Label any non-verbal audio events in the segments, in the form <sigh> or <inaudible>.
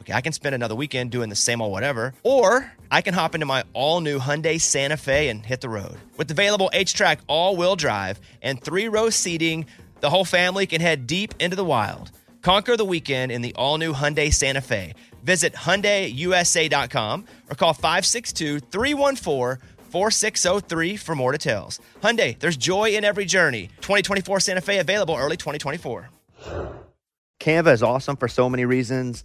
Okay, I can spend another weekend doing the same old whatever, or I can hop into my all new Hyundai Santa Fe and hit the road. With available H track all wheel drive and three row seating, the whole family can head deep into the wild. Conquer the weekend in the all new Hyundai Santa Fe. Visit HyundaiUSA.com or call 562 314 4603 for more details. Hyundai, there's joy in every journey. 2024 Santa Fe available early 2024. Canva is awesome for so many reasons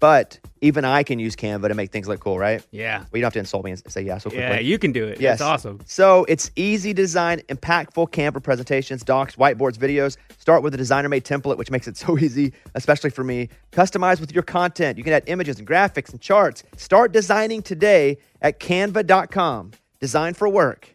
But even I can use Canva to make things look cool, right? Yeah. Well, you don't have to insult me and say yeah so quickly. Yeah, you can do it. Yes. It's <laughs> awesome. So it's easy design, impactful Canva presentations, docs, whiteboards, videos. Start with a designer made template, which makes it <laughs> so easy, especially for me. Customize with your content. You can add images and graphics and charts. Start designing today at canva.com. Design for work.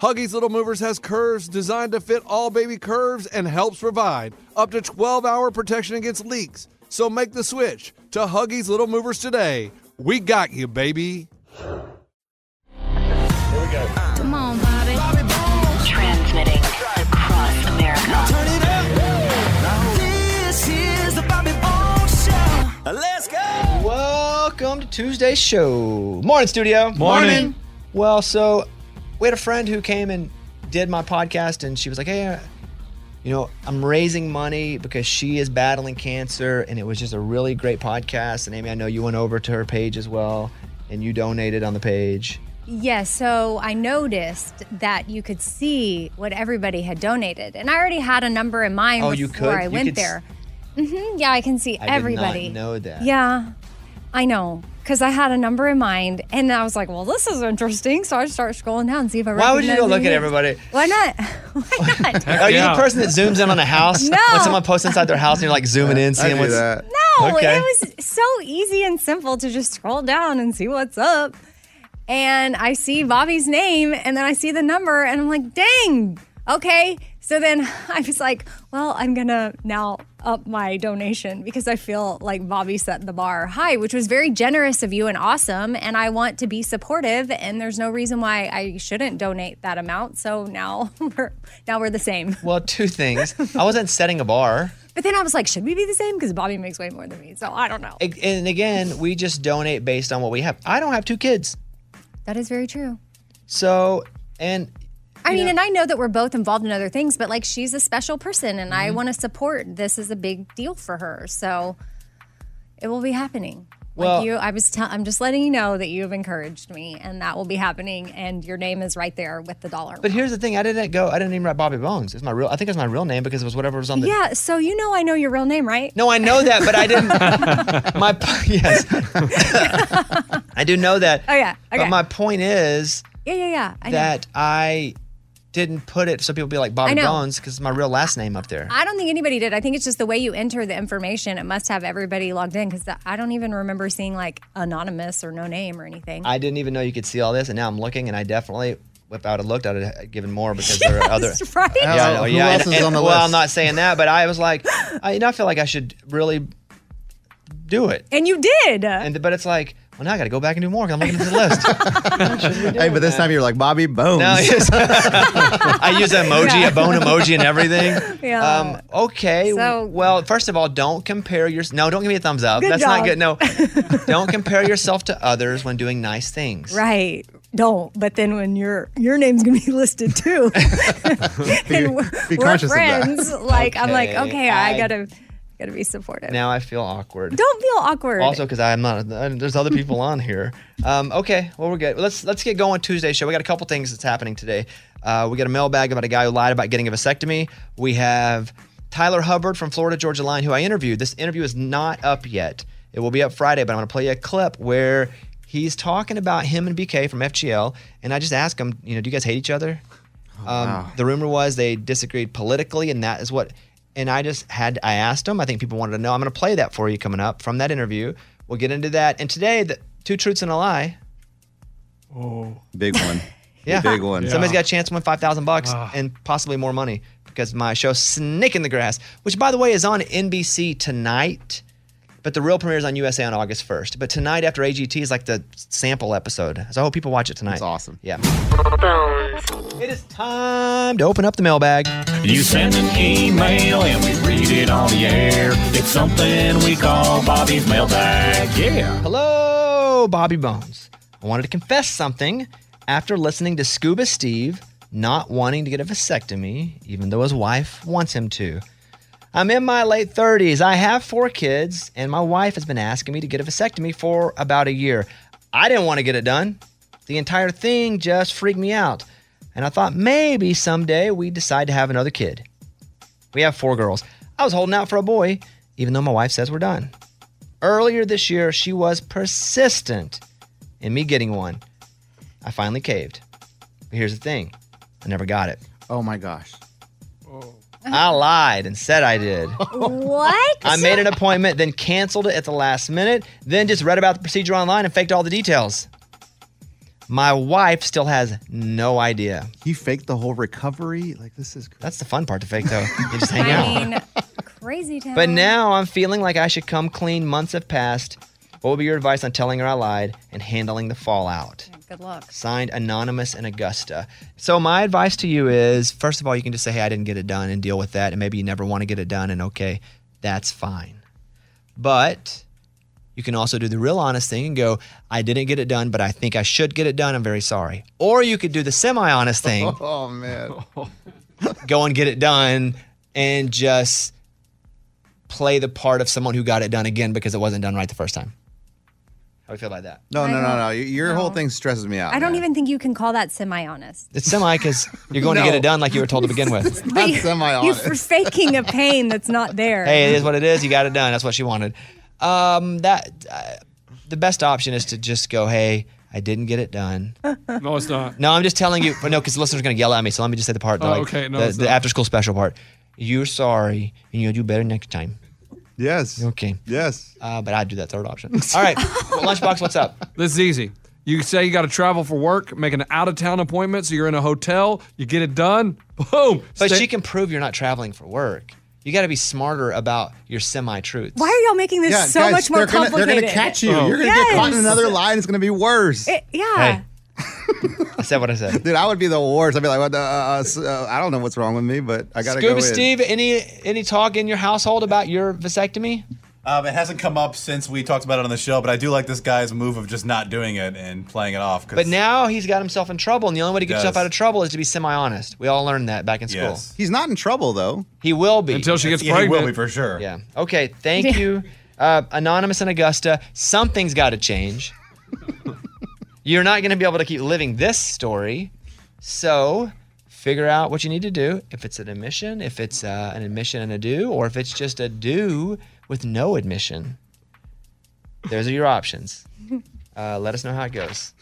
Huggies Little Movers has curves designed to fit all baby curves and helps provide up to 12 hour protection against leaks. So make the switch to Huggies Little Movers today. We got you, baby. Come on, Bobby. Transmitting across America. Turn it up. This is the Bobby Bones Show. Let's go. Welcome to Tuesday's show. Morning, studio. Morning. Well, so we had a friend who came and did my podcast, and she was like, "Hey, uh, you know, I'm raising money because she is battling cancer, and it was just a really great podcast." And Amy, I know you went over to her page as well, and you donated on the page. Yeah, so I noticed that you could see what everybody had donated. And I already had a number in mind Oh, before you could? I You went could s- there. hmm yeah, I can see I everybody. did not know that. Yeah, I know. Because I had a number in mind and I was like, well, this is interesting. So I start scrolling down and see if I Why would you go recognize look at any. everybody? Why not? Why not? Are you yeah. the person that zooms in on a <laughs> house No. when someone posts inside their house and you're like zooming in, I seeing do what's that. No, Okay. it was so easy and simple to just scroll down and see what's up. And I see Bobby's name and then I see the number and I'm like, dang, okay. So then <laughs> I was like, well, I'm going to now up my donation because I feel like Bobby set the bar high, which was very generous of you and awesome. And I want to be supportive and there's no reason why I shouldn't donate that amount. So now <laughs> we're now we're the same. Well, two things. I wasn't setting a bar. But then I was like, should we be the same? Because Bobby makes way more than me. So I don't know. Ag- And again, we just donate based on what we have. I don't have two kids. That is very true. So, and I mean, and I know that we're both involved in other things, but like she's a special person and Mm-hmm. I want to support. This is a big deal for her. So it will be happening. Well- like you, I was. Tell, I'm just letting you know that you have encouraged me, and that will be happening. And your name is right there with the dollar. but here's the thing. I didn't go. I didn't even write Bobby Bones. It's my real. I think it's my real name because it was whatever was on the. yeah, so you know I know your real name, right? No, I know that, but I didn't. <laughs> <laughs> my po- yes, I do know that. Oh yeah. Okay. But my point is yeah, yeah, yeah. I know. that I didn't put it so people be like Bobby I know. Bones because it's my real last name up there. I don't think anybody did. I think it's just the way you enter the information. It must have everybody logged in because I don't even remember seeing like anonymous or no name or anything. I didn't even know you could see all this, and now I'm looking, and I definitely if I would have looked, I would have given more because there <laughs> are other. That's right. Yeah, I know, Who yeah. else and- is and- on the well, I'm list? not saying that, but I was like, I, you know, I feel like I should really do it. And you did. And but it's like, well, now I got to go back and do more because I'm looking at the <laughs> list. Hey, but this time you're like Bobby Bones. No, yes. <laughs> I use an emoji, Yeah. a bone emoji, and <laughs> everything. Yeah. Um, okay. So- well, first of all, don't compare your. No, don't give me a thumbs up. Good That's job. not good. <laughs> No, don't compare yourself to others when doing nice things. Right. Don't. But then when your your name's gonna be listed too, <laughs> and we're, be we're conscious of that. friends. Like I'm like Okay, okay, I, I- gotta gotta be supportive. Now I feel awkward. Don't feel awkward. Also, because I'm not. uh, There's other people on here. Um, okay. Well, we're good. Let's let's get going Tuesday show. We got a couple things that's happening today. Uh, we got a mailbag about a guy who lied about getting a vasectomy. We have Tyler Hubbard from Florida Georgia Line, who I interviewed. This interview is not up yet. It will be up Friday, but I'm going to play you a clip where he's talking about him and BK from FGL, and I just asked him, you know, do you guys hate each other? Oh, Um, The rumor was they disagreed politically, and that is what. And I just had I asked them. I think people wanted to know. I'm going to play that for you coming up from that interview. We'll get into that. And today, the two truths and a lie. Big one. Oh. <laughs> Yeah, Big one. Somebody's got a chance to win five thousand bucks and possibly more money because my show Snake in the Grass, which by the way is on NBC tonight, but the real premiere is on USA on August first. But tonight after AGT is like the sample episode, so I hope people watch it tonight. It's awesome. Yeah. It is time to open up the mailbag. You send an email and we read it on the air. It's something we call Bobby's mailbag. Yeah. Hello, Bobby Bones. I wanted to confess something after listening to Scuba Steve not wanting to get a vasectomy, even though his wife wants him to. I'm in my late 30s. I have four kids, and my wife has been asking me to get a vasectomy for about a year. I didn't want to get it done. The entire thing just freaked me out. And I thought maybe someday we'd decide to have another kid. We have four girls. I was holding out for a boy, even though my wife says we're done earlier this year, she was persistent in me getting one. I finally caved. But here's the thing I never got it. Oh my gosh. I lied and said I did. what? <laughs> I made an appointment, then canceled it at the last minute, then just read about the procedure online and faked all the details. My wife still has no idea. He faked the whole recovery. Like this is. That's the fun part to fake, though. You just hang out. <laughs> I mean, crazy town. But now I'm feeling like I should come clean. Months have passed. What would be your advice on telling her I lied and handling the fallout? Good luck. signed anonymous in augusta so my advice to you is first of all you can just say hey i didn't get it done and deal with that and maybe you never want to get it done and okay that's fine but you can also do the real honest thing and go i didn't get it done but i think i should get it done i'm very sorry or you could do the semi-honest thing <laughs> Oh man. go and get it done and just play the part of someone who got it done again because it wasn't done right the first time how do you feel about that No, no, I <laughs> no, don't- no. Your whole no. thing stresses me out. I don't man. even think you can call that <laughs> semi-honest. it's semi because you're going to get <laughs> No. it done like you were told to begin with But you- semi-honest. You're faking a pain that's not there. hey, it is what it is. You got it done. That's what she wanted. Um, that uh, the best option is to just go, hey, I didn't get it done. <laughs> No, it's not. No, I'm just telling you. But no, because the listener's gonna yell at me. So let me just say the part. the, Oh, like, okay. No, the, it's the not. after school special part. You're sorry, and you'll do better next time. Yes. Okay. Yes. Uh, but I'd do that <laughs> third option. All right, lunchbox. What's up? This is easy. You say you got to travel for work, make an out of town appointment, so you're in a hotel, you get it done, boom. But Stay- she can prove you're not traveling for work. You got to be smarter about your semi truths. Why are y'all making this Yeah, so guys, much more they're gonna, complicated? They're gonna catch you. Oh. You're gonna get caught in Yes. another lie, and it's gonna be worse. It- yeah. Hey, I said what I said. Dude, I would be the worst. I'd be like, what the, uh, uh, s- uh, I don't know what's wrong with me, but I gotta go Scuba in. Steve, any any talk in your household about your vasectomy? Um, it hasn't come up since we talked about it on the show, but I do like this guy's move of just not doing it and playing it off. 'cause- But now he's got himself in trouble, and the only way to get Yes. yourself out of trouble is to be semi-honest. We all learned that back in school. yes, He's not in trouble though. He will be until she gets yeah, he pregnant. will be for sure. Yeah. Okay. Thank you, uh, anonymous and Augusta. Something's got <laughs> to change. You're not going to be able to keep living this story, so figure out what you need to do. If it's an admission, if it's uh, an admission and a do, or if it's just a do with no admission. Those are <laughs> your options. Uh, let us know how it goes.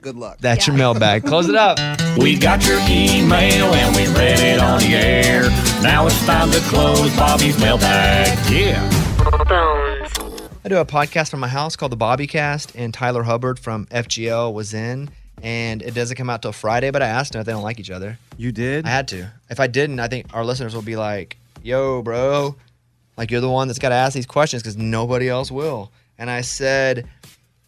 Good luck. That's your mailbag. Close it up. We got your email and we read it on the air. Now it's time to close Bobby's mailbag. Yeah. I do a podcast from my house called The Bobby Cast, and Tyler Hubbard from FGL was in, and it doesn't come out till Friday. But I asked them if they don't like each other. You did? I had to. If I didn't, I think our listeners will be like, "Yo, bro, like you're the one that's got to ask these questions because nobody else will." And I said,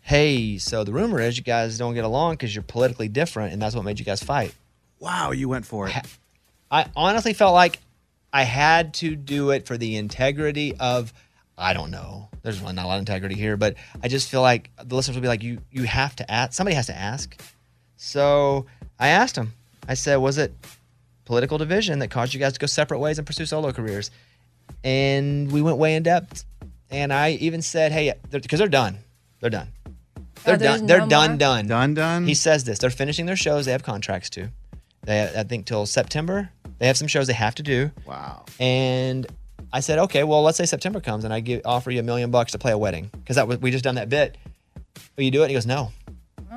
"Hey, so the rumor is you guys don't get along because you're politically different, and that's what made you guys fight." <laughs> Wow, you went for it. I honestly felt like I had to do it for the integrity of I don't know. There's really not a lot of integrity here, but I just feel like the listeners will be like, you you have to ask. Somebody has to ask. So I asked him. I said, was it political division that caused you guys to go separate ways and pursue solo careers? And we went way in depth. And I even said, hey, because they're, done. They're done. They're Oh, there's done. They're no done. more? Done. Done. Done. He says this. They're finishing their shows. They have contracts too. They, I think, till September. They have some shows they have to do. Wow. And I said, okay, well, let's say September comes and I give, offer you a million bucks to play a wedding because that was, we just done that bit. Will you do it? And he goes, no. Oh,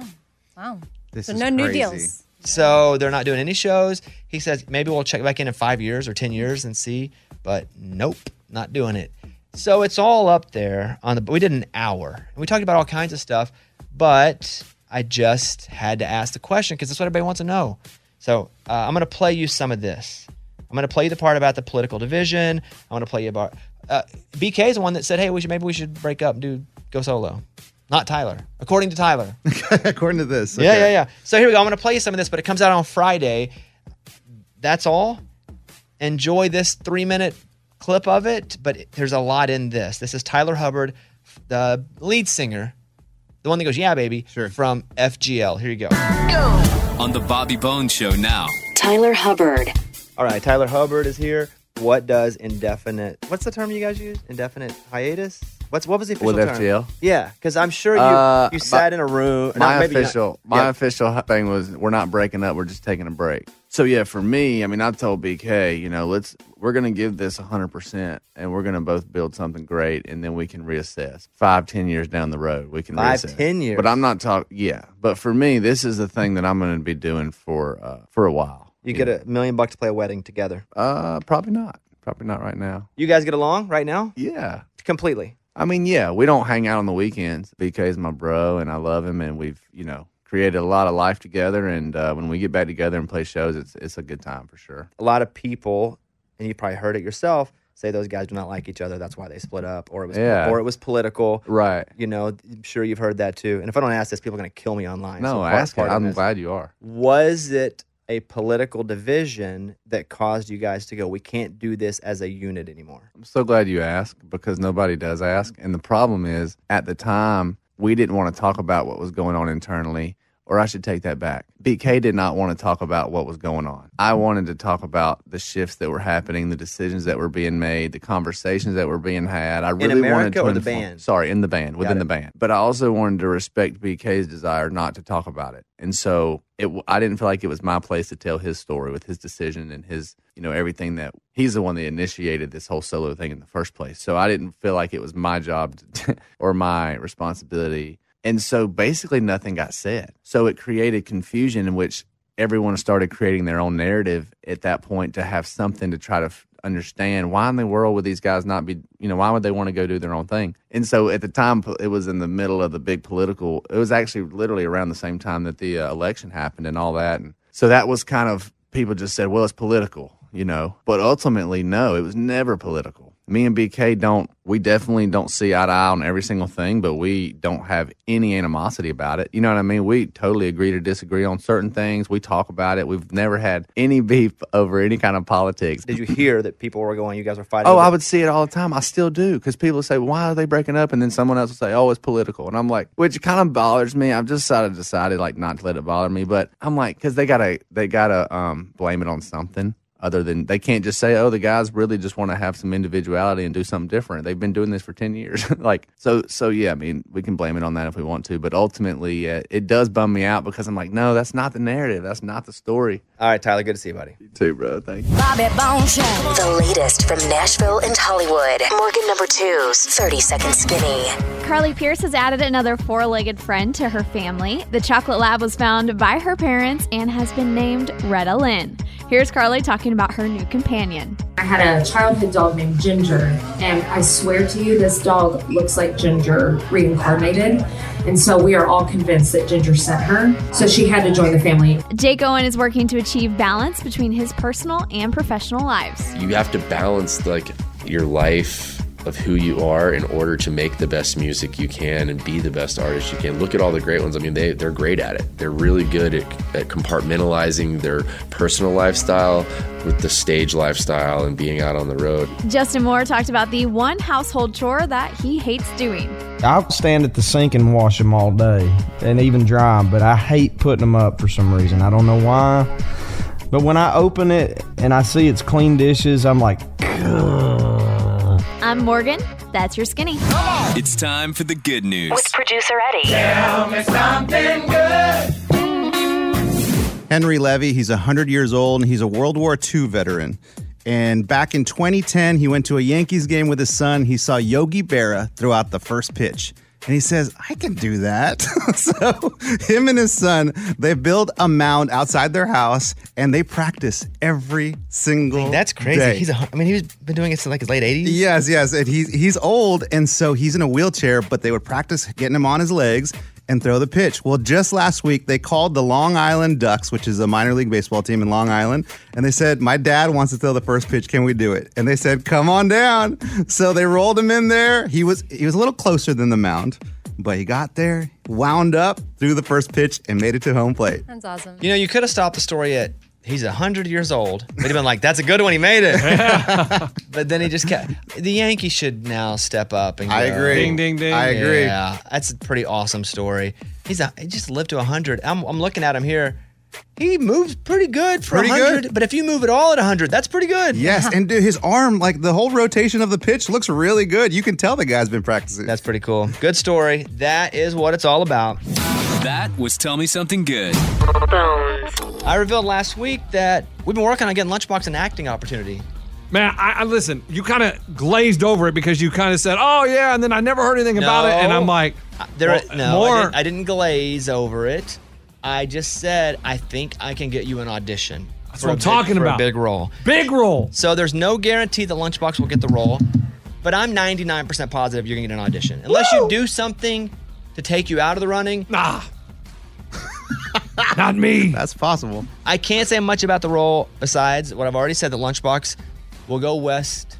Wow. so no new deals. So they're not doing any shows. He says maybe we'll check back in in five years or ten years and see, but nope, not doing it. So it's all up there on the. We did an hour and we talked about all kinds of stuff, but I just had to ask the question because that's what everybody wants to know. So uh, I'm going to play you some of this. I'm going to play you the part about the political division. I want to play you about uh, BK is the one that said, "Hey, we should maybe we should break up and do go solo." Not Tyler, according to Tyler. <laughs> According to this. Yeah, okay. yeah, yeah. So here we go. I'm going to play you some of this, but it comes out on Friday. That's all. Enjoy this three minute clip of it, but it- there's a lot in this. This is Tyler Hubbard, f- the lead singer, the one that goes, Yeah, baby, sure. from FGL. Here you go. On the Bobby Bones Show now. Tyler Hubbard. All right, Tyler Hubbard is here. What does indefinite, what's the term you guys use? Indefinite hiatus? What's What was the official With term? FGL? Yeah, because I'm sure you, Uh, you sat my- in a room. My not- maybe not- official, my yeah. official hu- thing was we're not breaking up. We're just taking a break. So yeah, for me, I mean, I told BK, you know, let's we're gonna give this hundred percent, and we're gonna both build something great, and then we can reassess five, ten years down the road. We can Five, reassess. 10 years. But I'm not talking. Yeah, but for me, this is the thing that I'm gonna be doing for uh, for a while. You get a million bucks to play a wedding together. Uh, probably not. Probably not right now. You guys get along right now? Yeah. Completely. I mean, yeah, we don't hang out on the weekends. BK is my bro, and I love him, and we've you know created a lot of life together. And uh, when we get back together and play shows, it's it's a good time for sure. A lot of people, and you probably heard it yourself, say those guys do not like each other. That's why they split up, or it was Yeah. or it was political. Right. You know, I'm sure you've heard that too. And if I don't ask this, people are gonna kill me online. No, So part- ask it. part of I'm this- glad you are. Was it a political division that caused you guys to go, we can't do this as a unit anymore? I'm so glad you asked because nobody does ask. And the problem is, at the time, we didn't want to talk about what was going on internally. Or I should take that back. BK did not want to talk about what was going on. I wanted to talk about the shifts that were happening, the decisions that were being made, the conversations that were being had. I really wanted America to or the inform- band? Sorry, in the band, within it. the band. But I also wanted to respect BK's desire not to talk about it. And so it, w- I didn't feel like it was my place to tell his story with his decision and his, you know, everything that he's the one that initiated this whole solo thing in the first place. So I didn't feel like it was my job to, <laughs> or my responsibility. And so basically nothing got said. So it created confusion in which everyone started creating their own narrative at that point to have something to try to f- understand why in the world would these guys not be you know why would they want to go do their own thing and so at the time po- it was in the middle of the big political it was actually literally around the same time that the uh, election happened and all that and so that was kind of people just said well it's political you know but ultimately no it was never political me and bk don't we definitely don't see eye to eye on every single thing but we don't have any animosity about it you know what i mean we totally agree to disagree on certain things we talk about it we've never had any beef over any kind of politics <laughs> Did you hear that people were going, you guys were fighting? Oh, over- I would see it all the time. I still do because people say, "Why are they breaking up?" And then someone else will say, "Oh, it's political," and I'm like, which kind of bothers me. I've just sort of decided like not to let it bother me, but I'm like, because they gotta they gotta um blame it on something other than they can't just say, "Oh, the guys really just want to have some individuality and do something different." They've been doing this for ten years, <laughs> like so so yeah. I mean, we can blame it on that if we want to, but ultimately, uh, it does bum me out because I'm like, no, that's not the narrative. That's not the story. All right, Tyler, good to see you, buddy. You too, bro. Thank you. Bobby Bones Show. The latest from Nashville and Hollywood. Morgan number two's 30 Second Skinny. Carly Pierce has added another four legged friend to her family. The chocolate lab was found by her parents and has been named Retta Lynn. Here's Carly talking about her new companion. I had a childhood dog named Ginger, and I swear to you, this dog looks like Ginger reincarnated. And so we are all convinced that Ginger sent her. So she had to join the family. Jake Owen is working to achieve balance between his personal and professional lives. you have to balance like your life of who you are in order to make the best music you can and be the best artist you can. Look at all the great ones. I mean, they, they're great at it. They're really good at, at compartmentalizing their personal lifestyle with the stage lifestyle and being out on the road. Justin Moore talked about the one household chore that he hates doing. I stand at the sink and wash them all day and even dry 'em, but I hate putting them up for some reason. I don't know why. But when I open it and I see it's clean dishes, I'm like, "Gah." I'm Morgan. That's your skinny. It's time for the good news. With producer Eddie. Tell me something good. Henry Levy, he's 100 years old and he's a World War II veteran. And back in 2010, he went to a Yankees game with his son. He saw Yogi Berra throw out the first pitch. And he says, I can do that. <laughs> so, him and his son, they build a mound outside their house and they practice every single That's crazy. day. He's a, I mean, he's been doing it since like his late 80s. Yes, yes. And he's he's old, and so he's in a wheelchair, but they would practice getting him on his legs and throw the pitch. Well, just last week they called the Long Island Ducks, which is a minor league baseball team in Long Island, and they said, My dad wants to throw the first pitch. Can we do it? And they said, Come on down. So they rolled him in there. He was he was a little closer than the mound, but he got there, wound up, threw the first pitch, and made it to home plate. That's awesome. You know, you could have stopped the story at he's 100 years old. They'd have been like, that's a good one. He made it. <laughs> but then he just kept. The Yankees should now step up and I go, agree. Ding, ding, ding. I agree. Yeah, that's a pretty awesome story. He's a, he just lived to 100. I'm, I'm looking at him here. He moves pretty good for Pretty 100. But if you move it all at 100, that's pretty good. Uh-huh. Yes, and dude, his arm, like the whole rotation of the pitch, looks really good. You can tell the guy's been practicing. That's pretty cool. Good story. That is what it's all about. That was Tell Me Something Good. I revealed last week that we've been working on getting Lunchbox an acting opportunity. Man, I, I listen. You kind of glazed over it because you kind of said, "Oh yeah," and then I never heard anything about it, and No. Uh, I'm like, There, well, no, more." I, didn't, I didn't glaze over it. I just said I think I can get you an audition. That's for a what I'm big- talking for a about. big role. Big role. So there's no guarantee the Lunchbox will get the role, but I'm 99% positive you're gonna get an audition unless you do something to take you out of the running. Nah. <laughs> Not me. That's possible. I can't say much about the role besides what I've already said. The Lunchbox will go west,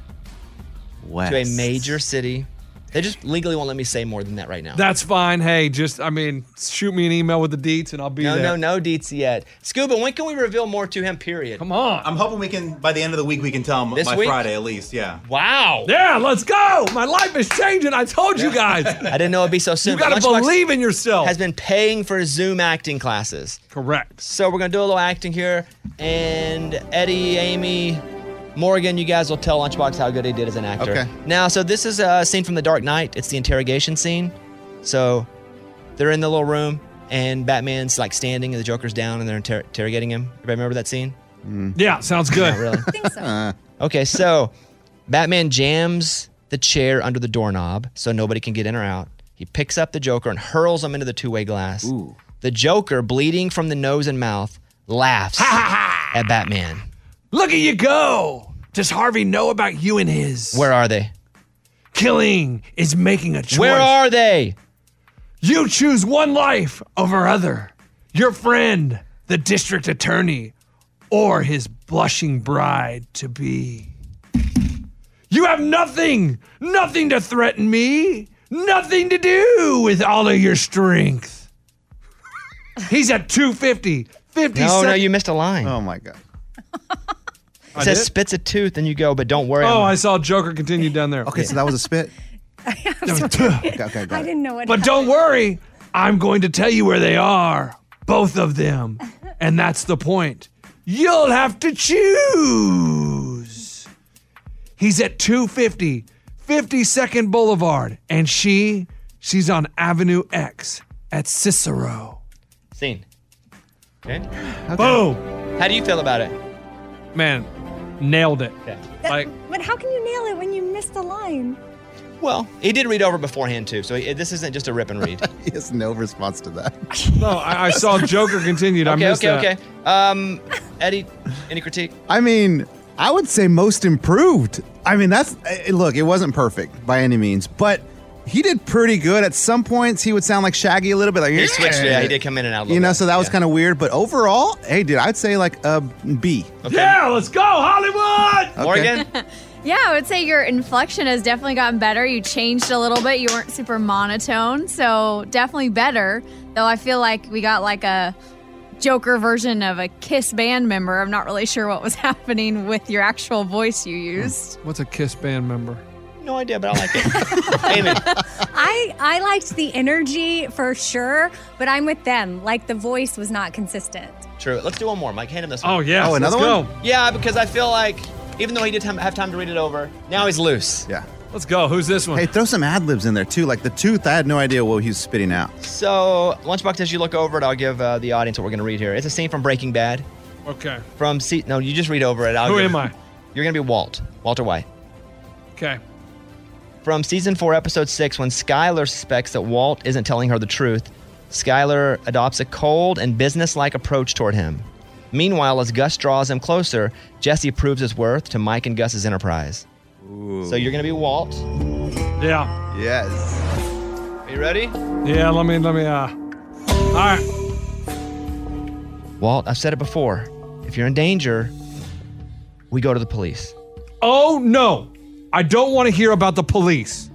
West. to a major city. They just legally won't let me say more than that right now. That's fine. Hey, just I mean, shoot me an email with the deets, and I'll be no, there. no, no deets yet. Scuba, when can we reveal more to him? Period. Come on. I'm hoping we can by the end of the week we can tell him This by week? Friday at least. Yeah. Wow. Yeah, let's go. My life is changing. I told <laughs> you guys. I didn't know it'd be so soon. You gotta believe in yourself. Has been paying for Zoom acting classes. Correct. So we're gonna do a little acting here, and Eddie, Amy, Morgan, you guys will tell Lunchbox how good he did as an actor. Okay. Now, so this is a scene from The Dark Knight. It's the interrogation scene. So they're in the little room, and Batman's like standing, and the Joker's down, and they're inter- interrogating him. Everybody remember that scene? Mm. Yeah, sounds good. <laughs> Not really. Uh, Okay, so Batman jams the chair under the doorknob so nobody can get in or out. He picks up the Joker and hurls him into the two way glass. The Joker, bleeding from the nose and mouth, laughs at Batman. Look at you go. Does Harvey know about you and his? Where are they? Killing is making a choice. Where are they? You choose one life over other. Your friend, the district attorney, or his blushing bride to be. You have nothing, nothing to threaten me, nothing to do with all of your strength. He's at 250. 50 No, sec- no, you missed a line. Oh my god. It I says did? spits a tooth and you go, but don't worry. Oh, I'm- I saw Joker continue down there. Okay, so that was a spit. okay, I didn't know what. But don't worry, I'm going to tell you where they are, both of them. And that's the point. You'll have to choose. He's at 250, 52nd Boulevard, and she, she's on Avenue X at Cicero. Scene. Okay. Boom. How do you feel about it? Man, nailed it. Like, But how can you nail it when you missed a line? Well, he did read over beforehand too, so he, this isn't just a rip and read. <laughs> he has no response to that. <laughs> No, I, I saw Joker continued. I okay, missed okay, that. okay. Um, Eddie, any critique? I mean, I would say most improved. I mean, that's eh, look, it wasn't perfect by any means, but he did pretty good. At some points, he would sound like Shaggy a little bit, like He switched. Yeah, he did come in and out. A little You know, bit. so that was kind of weird. But overall, hey, dude, I'd say like a B. Yeah, let's go Hollywood. Okay. yeah, I would say your inflection has definitely gotten better. You changed a little bit. You weren't super monotone, so definitely better. Though I feel like we got like a Joker version of a Kiss band member. I'm not really sure what was <laughs> happening with your actual voice you used. What's a Kiss band member? No idea, but I like it. I I liked the energy for sure, but I'm with them. Like the voice was not consistent. True. Let's do one more, Mike. Hand him this one. Oh, yes. Oh, another Let's one? go. Yeah, because I feel like even though he did have time to read it over, now he's loose. Yeah. Let's go. Who's this one? Hey, throw some ad libs in there too. Like the tooth, I had no idea what he was spitting out. So, Lunchbox, as you look over it, I'll give uh, the audience what we're going to read here. It's a scene from Breaking Bad. Okay. From seat. No, you just read over it. I'll Who give- am I? You're going to be Walt. Walter White. Okay. From season four, episode six, when Skylar suspects that Walt isn't telling her the truth, Skylar adopts a cold and businesslike approach toward him. Meanwhile, as Gus draws him closer, Jesse proves his worth to Mike and Gus's enterprise. So you're going to be Walt. Yeah. Yes. Are you ready? Yeah. Let me. Let me. Uh. All right. Walt, I've said it before. If you're in danger, we go to the police. Oh no! I don't want to hear about the police.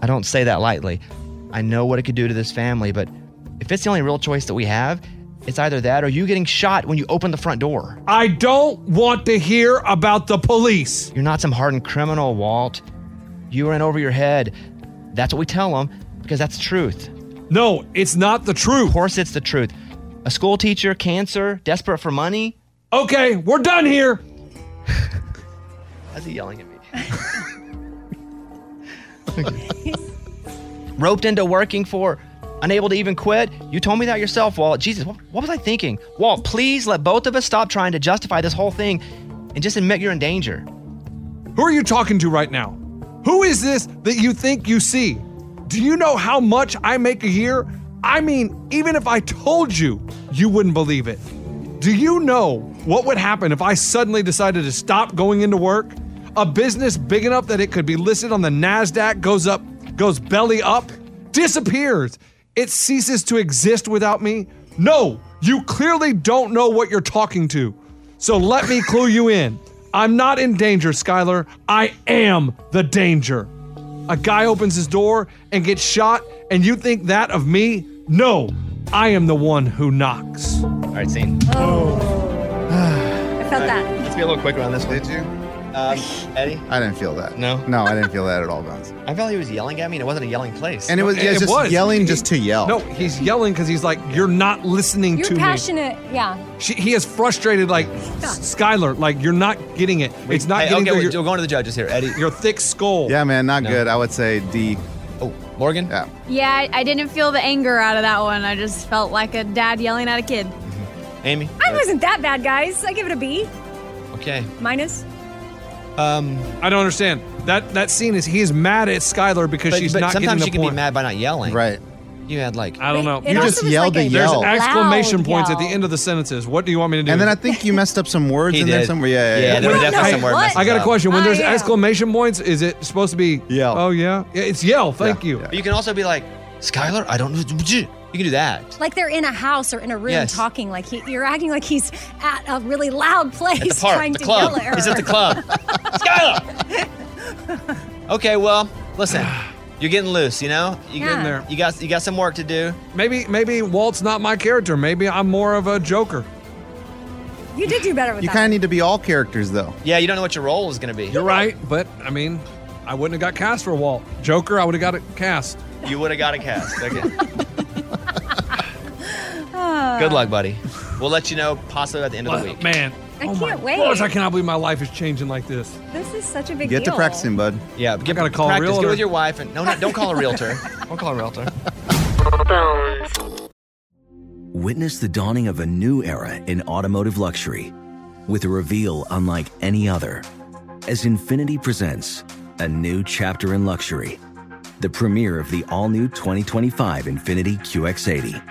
I don't say that lightly. I know what it could do to this family, but if it's the only real choice that we have, it's either that or you getting shot when you open the front door. I don't want to hear about the police. You're not some hardened criminal, Walt. You were in over your head. That's what we tell them because that's the truth. No, it's not the truth. Of course, it's the truth. A school teacher, cancer, desperate for money. Okay, we're done here. <laughs> Why's he yelling at me? Roped into working for, unable to even quit. You told me that yourself, Walt. Jesus, what, what was I thinking? Walt, please let both of us stop trying to justify this whole thing and just admit you're in danger. Who are you talking to right now? Who is this that you think you see? Do you know how much I make a year? I mean, even if I told you, you wouldn't believe it. Do you know what would happen if I suddenly decided to stop going into work? A business big enough that it could be listed on the NASDAQ goes up, goes belly up, disappears. It ceases to exist without me? No, you clearly don't know what you're talking to. So let me clue you in. I'm not in danger, Skylar. I am the danger. A guy opens his door and gets shot, and you think that of me? No, I am the one who knocks. All right, scene. I felt that. Let's be a little quicker on this one. Did you? Um, Eddie? I didn't feel that. No. No, I didn't feel that at all, Guns. <laughs> I felt he was yelling at me, and it wasn't a yelling place. And it was, yeah, just yelling just to yell. No, he's yelling because he's like, "You're not listening You're to me." passionate, yeah. She, he is frustrated, like Skylar, like you're not getting it. it's not hey, getting okay, through we- your- we're going to the judges here, Eddie. Your thick skull. Yeah, man, not good. I would say D. Oh, Morgan? Yeah. Yeah, I, I didn't feel the anger out of that one. I just felt like a dad yelling at a kid. Amy? I wasn't that bad, guys. I give it a B Okay. minus. Um, I don't understand that. That scene is he is mad at Skylar because But- she's but not getting the sometimes point. she can be mad by not yelling. Right. You had like I don't know. It You also just was yelled like a a yell. There's exclamation loud points at the yell. end of the sentences. What do you want me to do? And then I think you messed up some words He in there did. somewhere. Yeah, yeah, Yeah, yeah. there were definitely some word words. messes I got a up. question. Oh, When there's exclamation points, is it supposed to be yell? Oh yeah, Yeah, it's yell. Thank you. But you can also be like, Skylar, I don't know. You can do that. Like they're in a house or in a room Yes. talking. Like he, you're acting like he's at a really loud place At the park, trying the to club. yell at her. He's at the <laughs> club. Okay, well, listen, you're getting loose. You know, you Getting Yeah. there. You got you got some work to do. Maybe maybe Walt's not my character. Maybe I'm more of a Joker. You did do better with You that. kind of need to be all characters, though. Yeah, you don't know what your role is going to be. You're right, but I mean, I wouldn't have got cast for Walt. Joker, I would have got it cast. You would have got a cast. Okay. Ah. Good luck, buddy. We'll let you know possibly at the end of the Well, week. Man, I oh my can't wait. gosh, I cannot believe my life is changing like this. This is such a big deal. bud. Yeah, get, gotta call a practice. Get realtor. with your wife and no, no, don't call a realtor. <laughs> don't call a realtor. Witness the dawning of a new era in automotive luxury with a reveal unlike any other as Infinity presents A new chapter in luxury. The premiere of the all new 2025 Infinity QX80.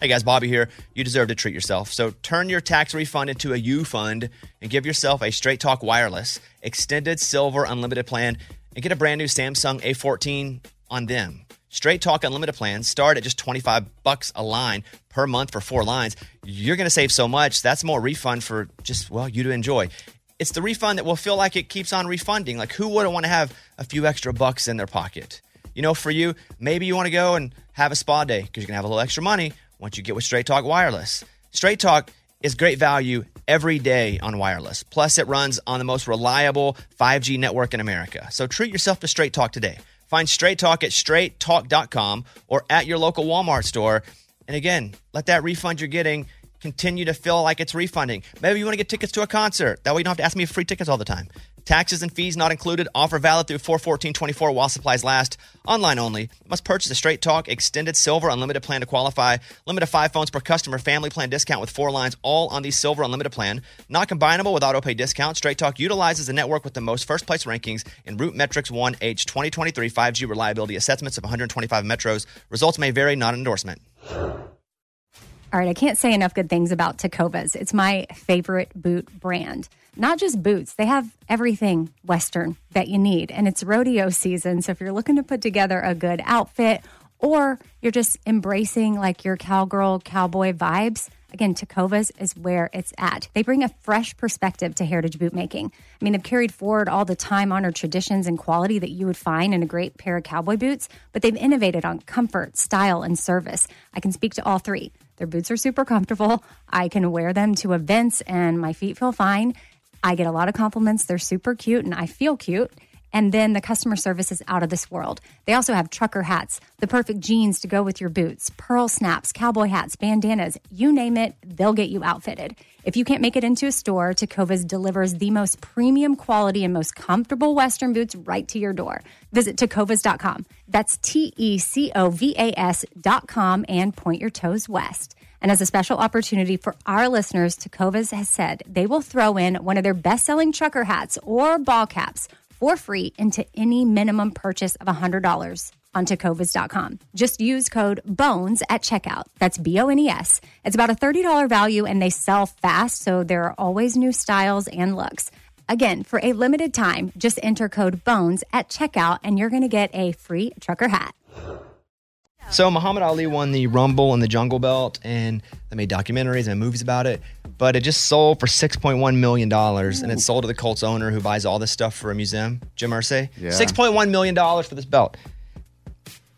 Hey guys, Bobby here. You deserve to treat yourself. So turn your tax refund into a U fund and give yourself a Straight Talk Wireless Extended Silver Unlimited plan and get a brand new Samsung A14 on them. Straight Talk Unlimited plans start at just 25 bucks a line per month for four lines. You're going to save so much. That's more refund for just, well, you to enjoy. It's the refund that will feel like it keeps on refunding. Like, who wouldn't want to have a few extra bucks in their pocket? You know, for you, maybe you want to go and have a spa day because you're going to have a little extra money once you get with Straight Talk Wireless. Straight Talk is great value every day on wireless. Plus, it runs on the most reliable 5G network in America. So treat yourself to Straight Talk today. Find Straight Talk at straighttalk.com or at your local Walmart store. And again, let that refund you're getting continue to feel like it's refunding. Maybe you want to get tickets to a concert. That way you don't have to ask me for free tickets all the time. Taxes and fees not included. Offer valid through 41424 while supplies last. Online only. Must purchase a Straight Talk Extended Silver Unlimited plan to qualify. Limited five phones per customer. Family plan discount with four lines all on the Silver Unlimited plan. Not combinable with auto pay discount. Straight Talk utilizes the network with the most first place rankings in Root Metrics 1H 2023 5G reliability assessments of 125 metros. Results may vary, not an endorsement. All right, I can't say enough good things about Takovas. It's my favorite boot brand. Not just boots, they have everything Western that you need. And it's rodeo season. So if you're looking to put together a good outfit or you're just embracing like your cowgirl, cowboy vibes, again, Takovas is where it's at. They bring a fresh perspective to heritage boot making. I mean, they've carried forward all the time honored traditions and quality that you would find in a great pair of cowboy boots, but they've innovated on comfort, style, and service. I can speak to all three. Their boots are super comfortable. I can wear them to events and my feet feel fine. I get a lot of compliments. They're super cute and I feel cute. And then the customer service is out of this world. They also have trucker hats, the perfect jeans to go with your boots, pearl snaps, cowboy hats, bandanas, you name it, they'll get you outfitted. If you can't make it into a store, Takovas delivers the most premium quality and most comfortable Western boots right to your door. Visit tacovas.com. That's T E C O V A S.com and point your toes west. And as a special opportunity for our listeners, Takovas has said they will throw in one of their best selling trucker hats or ball caps for free into any minimum purchase of $100 on tacovas.com. Just use code BONES at checkout. That's B O N E S. It's about a $30 value and they sell fast, so there are always new styles and looks. Again, for a limited time, just enter code BONES at checkout and you're going to get a free trucker hat. So Muhammad Ali won the Rumble and the Jungle Belt, and they made documentaries and movies about it. But it just sold for six point one million dollars, and it's sold to the Colts owner who buys all this stuff for a museum, Jim Irsay. Yeah. Six point one million dollars for this belt.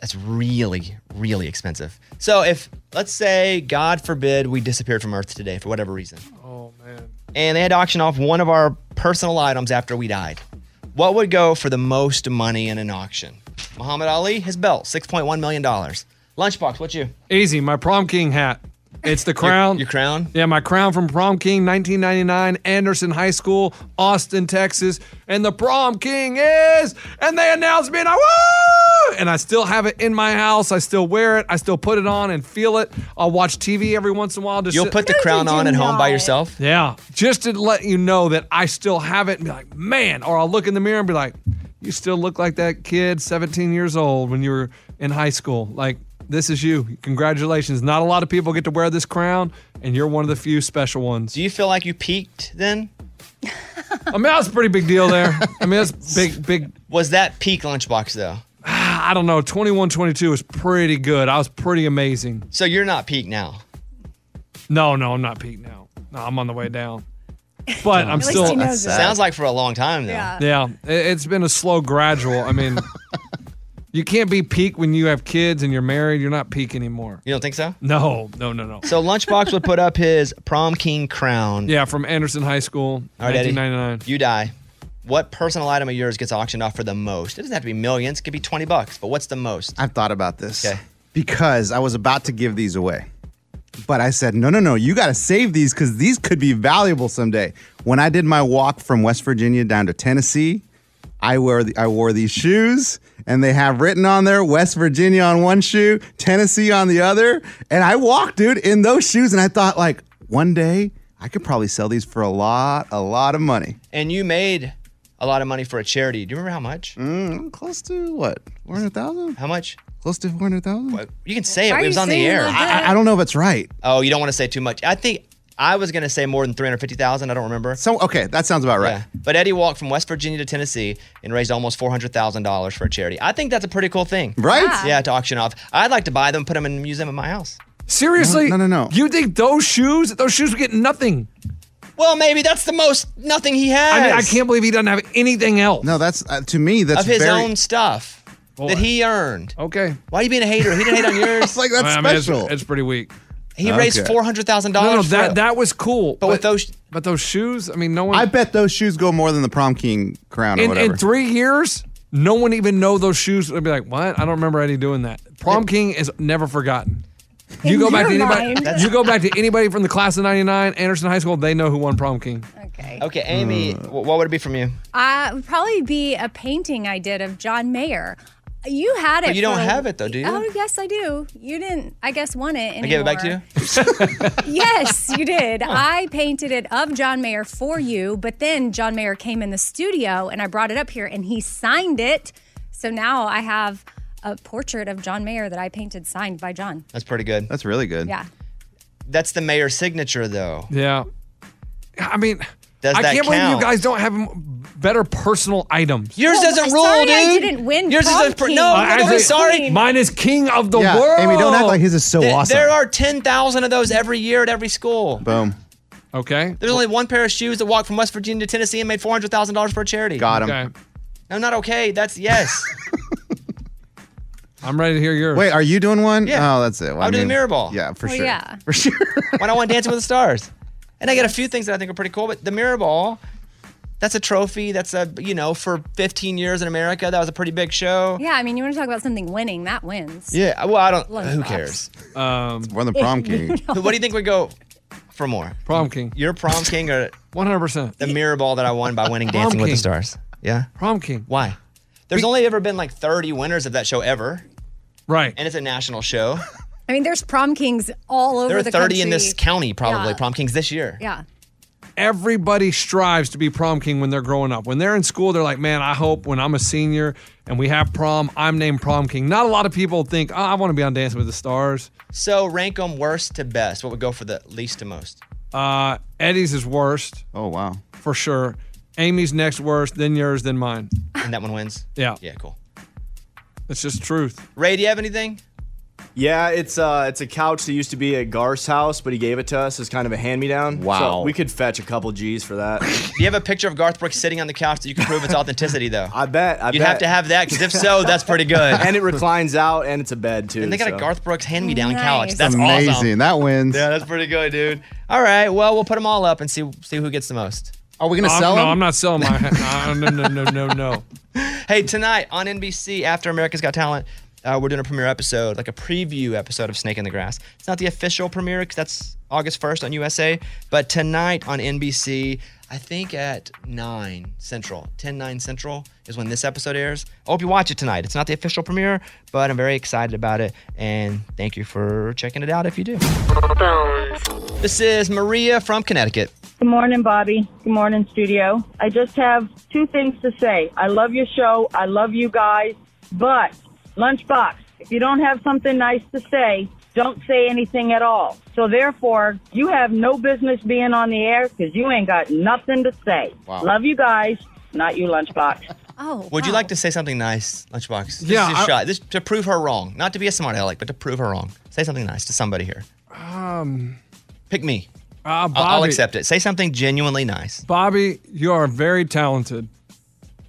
That's really, really expensive. So if let's say, God forbid, we disappeared from Earth today for whatever reason, Oh man. and they had to auction off one of our personal items after we died, what would go for the most money in an auction? Muhammad Ali, his belt, six point one million dollars. Lunchbox, what you? Easy, my prom king hat. It's the crown. Your, crown? Yeah, my crown from Prom King 1999, Anderson High School, Austin, Texas. And the Prom King is, and they announced me, and I, woo! and I still have it in my house. I still wear it. I still put it on and feel it. I'll watch TV every once in a while. Just You'll sit- put the crown on at home by yourself. Yeah, just to let you know that I still have it and be like, man, or I'll look in the mirror and be like, you still look like that kid, 17 years old, when you were in high school. Like, this is you. Congratulations. Not a lot of people get to wear this crown, and you're one of the few special ones. Do you feel like you peaked then? I mean, that's a pretty big deal there. I <laughs> mean, that's big, big. Ah, Was that peak lunchbox, though? I don't know. 21 22 is pretty good. I was pretty amazing. So you're not peak now. No, no, I'm not peak now. No, I'm on the way down. But I'm still. Sounds like for a long time though. Yeah, it- it's been a slow gradual. <laughs> I mean, you can't be peak when you have kids and you're married. You're not peak anymore. You don't think so? No, no, no, no. So Lunchbox would put up his prom king crown. Yeah, from Anderson High School, All right, Eddie, 1999. you die. What personal item of yours gets auctioned off for the most? It doesn't have to be millions. It could be 20 bucks, but what's the most? I've thought about this because I was about to give these away. But I said, no, no, no, you got to save these because these could be valuable someday. When I did my walk from West Virginia down to Tennessee, I wear the, I wore these shoes and they have written on there West Virginia on one shoe, Tennessee on the other. And I walked, dude, in those shoes. And I thought, like, one day I could probably sell these for a lot, a lot of money. And you made a lot of money for a charity. Do you remember how much? Mm, close to what? 400,000? How much? Close to 400,000? You can say it. Why are It was you on the saying air. like that? I- I don't know if it's right. Oh, you don't want to say too much. I think I was going to say more than 350,000. I don't remember. So, okay, that sounds about right. But Eddie walked from West Virginia to Tennessee and raised almost $400,000 for a charity. I think that's a pretty cool thing. Right? Yeah, to auction off. I'd like to buy them, put them in the museum in my house. Seriously? No, no, no. You think those shoes? Those shoes would get nothing. Well, maybe that's the most nothing he has. I mean, I can't believe he doesn't have anything else. No, that's uh, to me. That's of his very- own stuff that he earned. Okay. Why are you being a hater? He didn't hate on yours. <laughs> It's like, that's I mean, it's- It's, pretty weak. He raised four hundred thousand No, no, dollars. that that was cool. But, with those, but those shoes, I mean, no one. I bet those shoes go more than the prom king crown or in, whatever. in three years, no one even know those shoes. They'd be like, "What? I don't remember Eddie doing that." Prom King is never forgotten. You In go back to your anybody. mind. That's- You go back to anybody from the class of '99, Anderson High School. They know who won Prom King. Okay. Okay, Amy, wh- what would it be from you? Uh, it would probably be a painting I did of John Mayer. You had it. But Oh, you don't for a- have it though, do you? Oh yes, I do. You didn't. I guess want it. Anymore. <laughs> I gave it back to you. <laughs> yes, you did. I painted it of John Mayer for you, but then John Mayer came in the studio and I brought it up here and he signed it. So now I have a portrait of John Mayer that I painted signed by John. That's pretty good. That's really good. Yeah. That's the mayor's signature though. Yeah. I mean, Does I that can't believe you count? guys don't have m- better personal items. Yours Well, doesn't I'm rule, sorry dude. I didn't win Yours prom is a pr- king. no. I I'm actually- sorry. Mine is king of the Yeah, world. Amy, don't act like his is so There- awesome. There are ten thousand of those every year at every school. Boom. Okay. There's only one pair of shoes that walked from West Virginia to Tennessee and made four hundred thousand dollars for a charity. Got him. Okay. No, not okay. That's <laughs> yes. I'm ready to hear yours. Wait, are you doing one? Yeah. Oh, that's it. I'll do the mirror ball. Yeah, for Well, sure. Oh, <laughs> yeah. For sure. when I won Dancing with the Stars. And I got a few things that I think are pretty cool, but the mirror ball, that's a trophy. That's a, you know, for 15 years in America, that was a pretty big show. Yeah, I mean, you want to talk about something winning? That wins. Yeah. Well, I don't, Lunchbox. who cares? Um, more than prom king. what do you think would go for more? Prom king. Your prom king or 100%. the mirror ball that I won by winning Prom Dancing with the king. Stars? Yeah. Prom king. Why? There's only ever been like 30 winners of that show ever. Right. And it's a national show. I mean, there's prom kings all over there are the 30 country. in this county, probably, Yeah. prom kings this year. Yeah. everybody strives to be prom king when they're growing up. When they're in school, they're like, man, I hope when I'm a senior and we have prom, I'm named prom king. Not a lot of people think, oh, I want to be on Dancing with the Stars. So rank them worst to best. What would go for the least to most? Uh, Eddie's is worst. Oh, wow. For sure. Amy's next worst, then yours, then mine. And that one wins? Yeah. Yeah, cool. It's just truth. Ray, do you have anything? Yeah, it's uh, it's a couch that used to be at Gar's house, but he gave it to us as kind of a hand-me-down. Wow. so we could fetch a couple G's for that. Do <laughs> you have a picture of Garth Brooks sitting on the couch that you can prove its authenticity, though? I bet. I You'd bet. have to have that, because if so, that's pretty <laughs> good. and it reclines out, and it's a bed too. And they got so. a Garth Brooks hand-me-down couch. Nice. That's Amazing. awesome. That wins. Yeah, that's pretty good, dude. All right, well, we'll put them all up and see see who gets the most. Are we I'm- Um, No, I'm not <laughs> <laughs> selling my. no, no, no, no, no, no. Hey, tonight on NBC after America's Got Talent, uh, we're doing a premiere episode, like a preview episode of Snake in the Grass. It's not the official premiere because that's August 1st on USA, but tonight on NBC, I think at 9 Central, 10, 9 Central is when this episode airs. I hope you watch it tonight. It's not the official premiere, but I'm very excited about it. And thank you for checking it out if you do. This is Maria from Connecticut. Good morning, Bobby. Good morning, studio. I just have two things to say. I love your show. I love you guys. But, Lunchbox, if you don't have something nice to say, don't say anything at all. So, therefore, you have no business being on the air because you ain't got nothing to say. Wow. Love you guys. Not you, Lunchbox. Oh. Would you like to say something nice, Lunchbox? This Yeah, is your I- shot. This to prove her wrong. Not to be a smart aleck, but to prove her wrong. Say something nice to somebody here. Um, Pick me. uh, Ah, I'll- I'll Bobby. accept it. Say something genuinely nice. Bobby, you are very talented.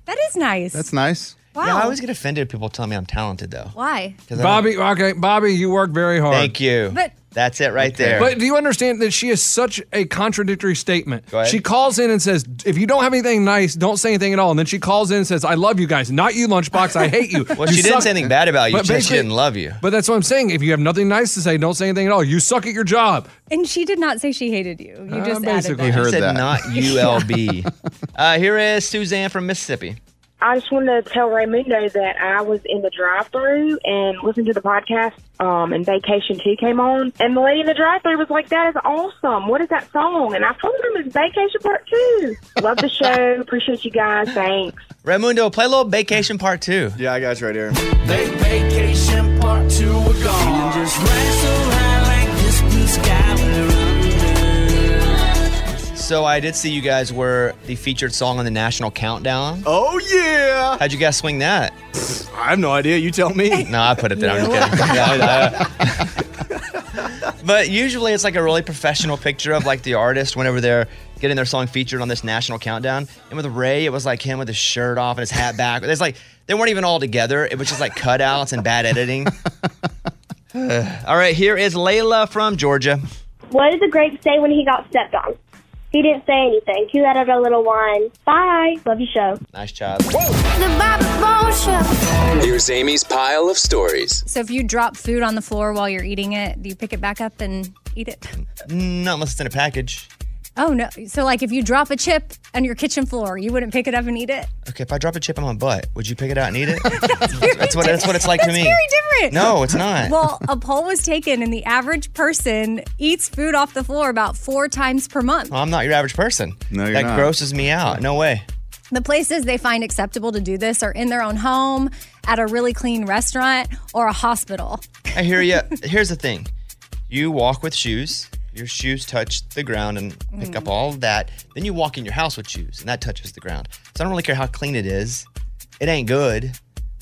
That is nice. nice. Yeah, Wow. I always get offended if people tell me I'm talented, though. Why? 'Cause I Bobby, okay, Bobby, you work very hard. Thank you. But- That's it right there. But do you understand that she is such a contradictory statement? ahead. She calls in and says, "If you don't have anything nice, don't say anything at all." And then she calls in and says, "I love you guys, not you, Lunchbox. I hate you." <laughs> well, You she didn't suck." say anything bad about you. But She just basically- didn't love you. But that's what I'm saying. If you have nothing nice to say, don't say anything at all. You suck at your job. And she did not say she hated you. You Uh, just added basically that. heard I said that. not ULB. uh, here is Suzanne from Mississippi. I just wanted to tell Raymundo that I was in the drive-through and listened to the podcast, um, and Vacation 2 came on. And the lady in the drive-through was like, that is awesome. What is that song? And I told him it's Vacation Part 2. Love the show. Appreciate you guys. Thanks. Raimundo, play a little Vacation Part 2. Yeah, I got you right here. Vacation part two we're gone. And just rise so high like this blue sky we're under. So I did see you guys were the featured song on the national countdown. Oh yeah! How'd you guys swing that? <laughs> I have no idea. You tell me. no, I put it there. I'm <laughs> just kidding. Yeah, I know. <laughs> but usually it's like a really professional picture of like the artist whenever they're getting their song featured on this national countdown. And with Ray, it was like him with his shirt off and his hat back. It's like they weren't even all together. It was just like cutouts and <laughs> bad editing. all right, here is Layla from Georgia. What did the grape say when he got stepped on? He didn't say anything. He let out a little whine. Bye. Love your show. Nice job. The Bobby Bones Show. Here's Amy's pile of stories. So if you drop food on the floor while you're eating it, do you pick it back up and eat it? Mm, Not unless it's in a package. Oh no. So like if you drop a chip on your kitchen floor, you wouldn't pick it up and eat it? Okay, if I drop a chip on my butt, would you pick it out and <laughs> eat it? that's what that's what it's like to That's me. very different. No, it's not. Well, a poll was taken and the average person eats food off the floor about 4 times per month. Well, I'm not your average person. No, you're that not. grosses me out. No way. The places they find acceptable to do this are in their own home, at a really clean restaurant, or a hospital. I hear you. Here's the thing: you walk with shoes. Your shoes touch the ground and pick up all of that. Then you walk in your house with shoes, and that touches the ground. So I don't really care how clean it is. It ain't good,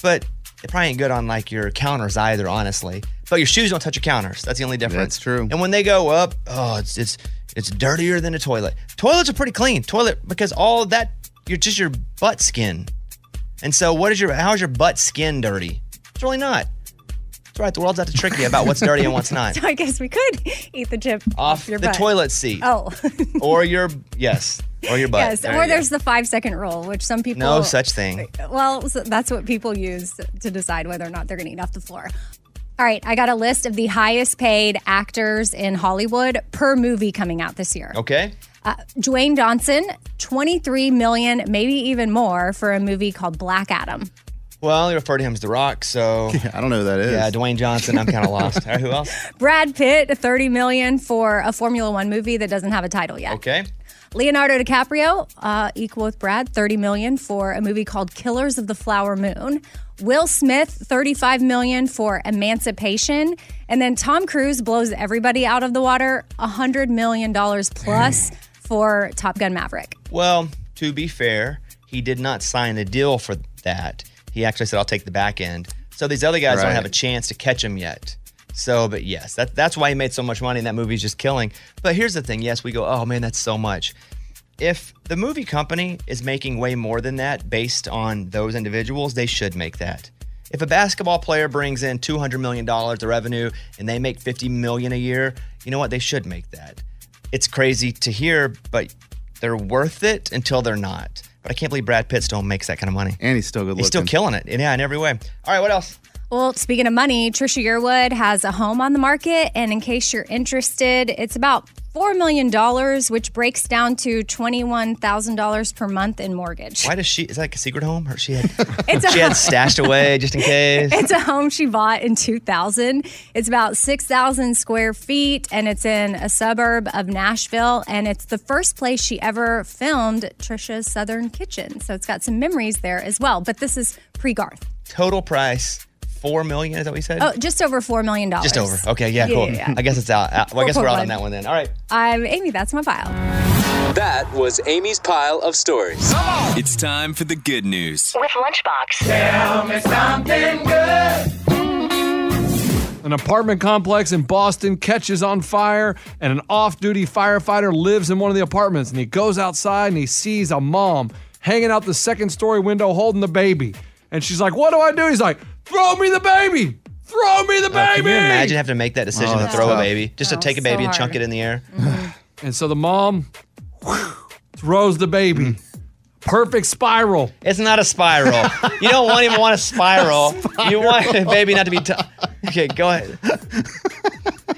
but it probably ain't good on like your counters either, honestly. But your shoes don't touch your counters. That's the only difference. That's true. And when they go up, oh, it's it's it's dirtier than a toilet. Toilets are pretty clean. Toilet because all that you're just your butt skin. And so, what is your how is your butt skin dirty? It's really not. That's right. The world's not too tricky about what's dirty and what's not. <laughs> So I guess we could eat the chip Off off your the butt. toilet seat. Oh, <laughs> or your yes, or your butt. yes. There or you go. there's the five second rule, which some people. no such thing. Well, so that's what people use to decide whether or not they're going to eat off the floor. All right, I got a list of the highest paid actors in Hollywood per movie coming out this year. Okay. Uh, Dwayne Johnson, 23 million, maybe even more, for a movie called Black Adam. Well, you refer to him as The Rock, so I don't know who that is. <laughs> Yeah, Dwayne Johnson. I'm kind of <laughs> lost. All right, who else? Brad Pitt, 30 million for a Formula One movie that doesn't have a title yet. Okay. Leonardo DiCaprio, uh, equal with Brad, 30 million for a movie called Killers of the Flower Moon. Will Smith, 35 million for Emancipation. And then Tom Cruise blows everybody out of the water, 100 million dollars plus for Top Gun Maverick. Well, to be fair, he did not sign a deal for that. He actually said, "I'll take the back end." So these other guys don't Right. have a chance to catch him yet. So, but yes, that, that's why he made so much money, and that movie's just killing. But here's the thing: yes, we go, "Oh man, that's so much." If the movie company is making way more than that based on those individuals, they should make that. If a basketball player brings in two hundred million dollars of revenue and they make fifty million a year, you know what? They should make that. It's crazy to hear, but they're worth it until they're not. But I can't believe Brad Pitt still makes that kind of money. And he's still good looking. He's still killing it. And yeah, in every way. All right, what else? Well, speaking of money, Trisha Yearwood has a home on the market, and in case you're interested, it's about four million dollars, which breaks down to twenty-one thousand dollars per month in mortgage. Why does she? Is that like a secret home? Or she had <laughs> It's she had stashed away just in case. It's a home she bought in 2000. It's about 6,000 square feet and it's in a suburb of Nashville. And it's the first place she ever filmed Trisha's Southern Kitchen. So it's got some memories there as well. But this is pre Garth. Total price four million. Is that what you said? Oh, just over $4 million. just over. Okay, yeah, cool. Yeah, yeah. I guess it's out. out- Well, I guess we're out on 4.1. that one then. All right. I'm Amy. That's my file. That was Amy's pile of stories. It's time for the good news. With Lunchbox. Tell me something good. An apartment complex in Boston catches on fire, and an off duty firefighter lives in one of the apartments. And he goes outside and he sees a mom hanging out the second story window holding the baby. And she's like, What do I do? He's like, Throw me the baby! Throw me the baby! Can you imagine having to make that decision Oh, to that's throw a tough. baby? Just to take a baby and chunk it in the air? Mm. <sighs> And so the mom whew, throws the baby. Perfect spiral. It's not a spiral. you don't want even want a <laughs> spiral. You want a baby not to be. T- <laughs> okay, go ahead. <laughs>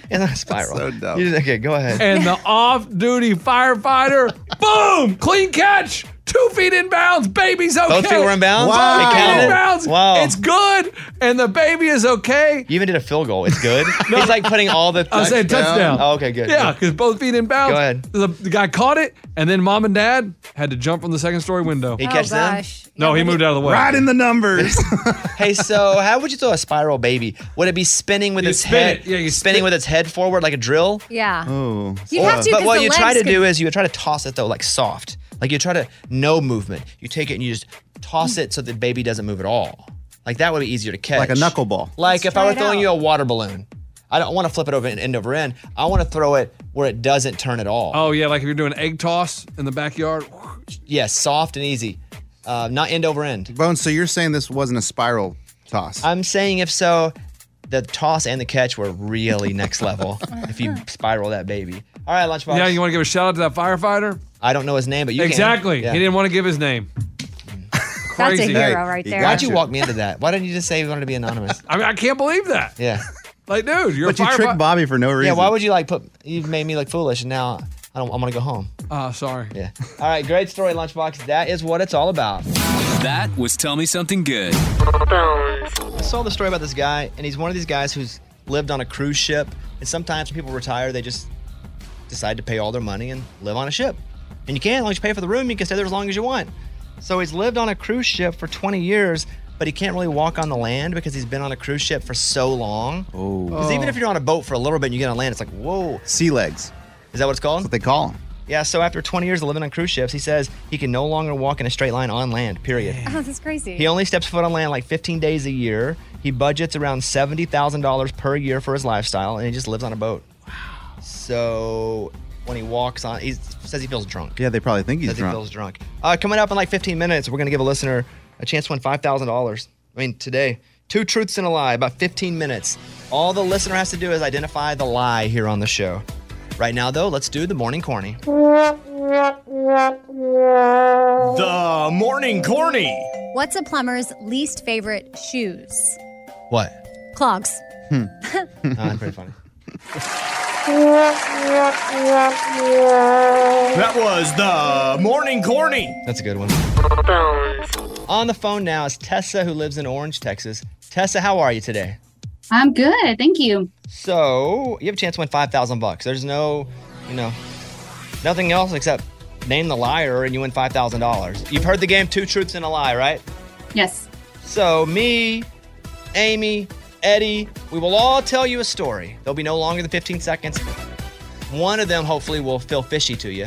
It's not a spiral. so dumb. okay, go ahead. And <laughs> the off duty firefighter, boom! Clean catch! Two feet inbounds, baby's okay. Both feet were inbounds? Wow. They counted? Inbounds. Wow. It's good. And the baby is okay. You even did a field goal. It's <laughs> good. He's like putting all the. I said touchdown. Oh, okay, good. Yeah, good. because both feet inbounds. Go ahead. The, the guy caught it, and then mom and dad had to jump from the second story window. He Oh, catch them? gosh. No, he moved out of the way. the numbers. hey, so how would you throw a spiral baby? Would it be spinning with You its spin head? it. Yeah, you spinning with its head forward like a drill. Yeah. Oh, You'd have to, 'cause but what the you try legs to do could- is you would try to toss it though, like soft. Like you try to no movement. You take it and you just toss it so the baby doesn't move at all. Like that would be easier to catch. Like a knuckleball. Like if I try were it throwing out. you a water balloon, I don't want to flip it over end over end. I want to throw it where it doesn't turn at all. Oh, yeah, like if you're doing egg toss in the backyard. <laughs> Yes, soft and easy. Uh, not end over end. Bones, so you're saying this wasn't a spiral toss? I'm saying if so, the toss and the catch were <laughs> really next level if you spiral that baby. All right, Lunchbox. Yeah, you want to give a shout out to that firefighter? I don't know his name, but you can. Exactly. Yeah. He didn't want to give his name. That's Crazy. Why'd you walk me into that? Why didn't you just say you wanted to be anonymous? <laughs> I mean, I can't believe that. Yeah. Like, dude, you're but you tricked Bobby for no reason. Yeah, why would you like put you've made me look foolish and now I don't I want to go home. Ah, sorry. Yeah. All right, great story, Lunchbox. That is what it's all about. That was Tell Me Something Good. I saw the story about this guy, and he's one of these guys who's lived on a cruise ship. And sometimes when people retire, they just decide to pay all their money and live on a ship. And you can, as long as you pay for the room, you can stay there as long as you want. So he's lived on a cruise ship for 20 years, but he can't really walk on the land because he's been on a cruise ship for so long. Oh. Because even if you're on a boat for a little bit and you get on land, it's like, whoa. Sea legs. Is that what it's called? That's what they call them. Yeah, so after 20 years of living on cruise ships, he says he can no longer walk in a straight line on land, period. Oh, this is crazy. He only steps foot on land like 15 days a year. He budgets around $70,000 per year for his lifestyle, and he just lives on a boat. Wow. So when he walks on, he says he feels drunk. Yeah, they probably think he's says he drunk. feels drunk. Uh, coming up in like 15 minutes, we're going to give a listener a chance to win $5,000. I mean, today. Two truths and a lie, about 15 minutes. All the listener has to do is identify the lie here on the show. Right now, though, let's do the morning corny. The morning corny. What's a plumber's least favorite shoes? What? Ah, Clogs. <laughs> that's pretty funny. That was the morning corny. That's a good one. On the phone now is Tessa, who lives in Orange, Texas. Tessa, how are you today? I'm good. Thank you. So you have a chance to win five thousand bucks. There's no, you know, nothing else except name the liar and you win five thousand dollars. You've heard the game Two Truths and a Lie, right? Yes. So me, Amy, Eddie, we will all tell you a story. There'll be no longer than fifteen seconds. One of them hopefully will feel fishy to you.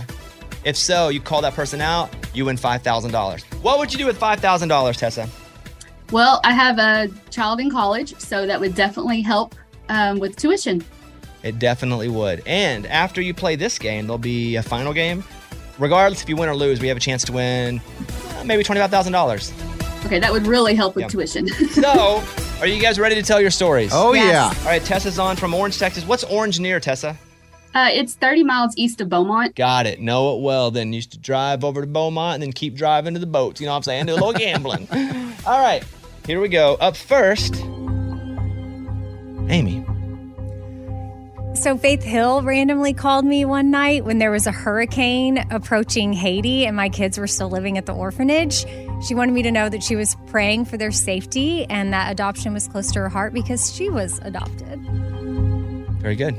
If so, you call that person out, you win five thousand dollars. What would you do with five thousand dollars, Tessa? Well, I have a child in college, so that would definitely help um, with tuition. It definitely would. And after you play this game, there'll be a final game. Regardless if you win or lose, we have a chance to win uh, maybe $25,000. Okay, that would really help with Yeah. tuition. <laughs> So, are you guys ready to tell your stories? Oh, Yes. yeah. All right, Tessa's on from Orange, Texas. What's Orange near, Tessa? uh, it's 30 miles east of Beaumont. Got it. Know it well then. Used to drive over to Beaumont and then keep driving <laughs> to the boats. You know what I'm saying? Do a little gambling. All right, here we go. Up first, Amy. So Faith Hill randomly called me one night when there was a hurricane approaching Haiti and my kids were still living at the orphanage. She wanted me to know that she was praying for their safety and that adoption was close to her heart because she was adopted. Very good.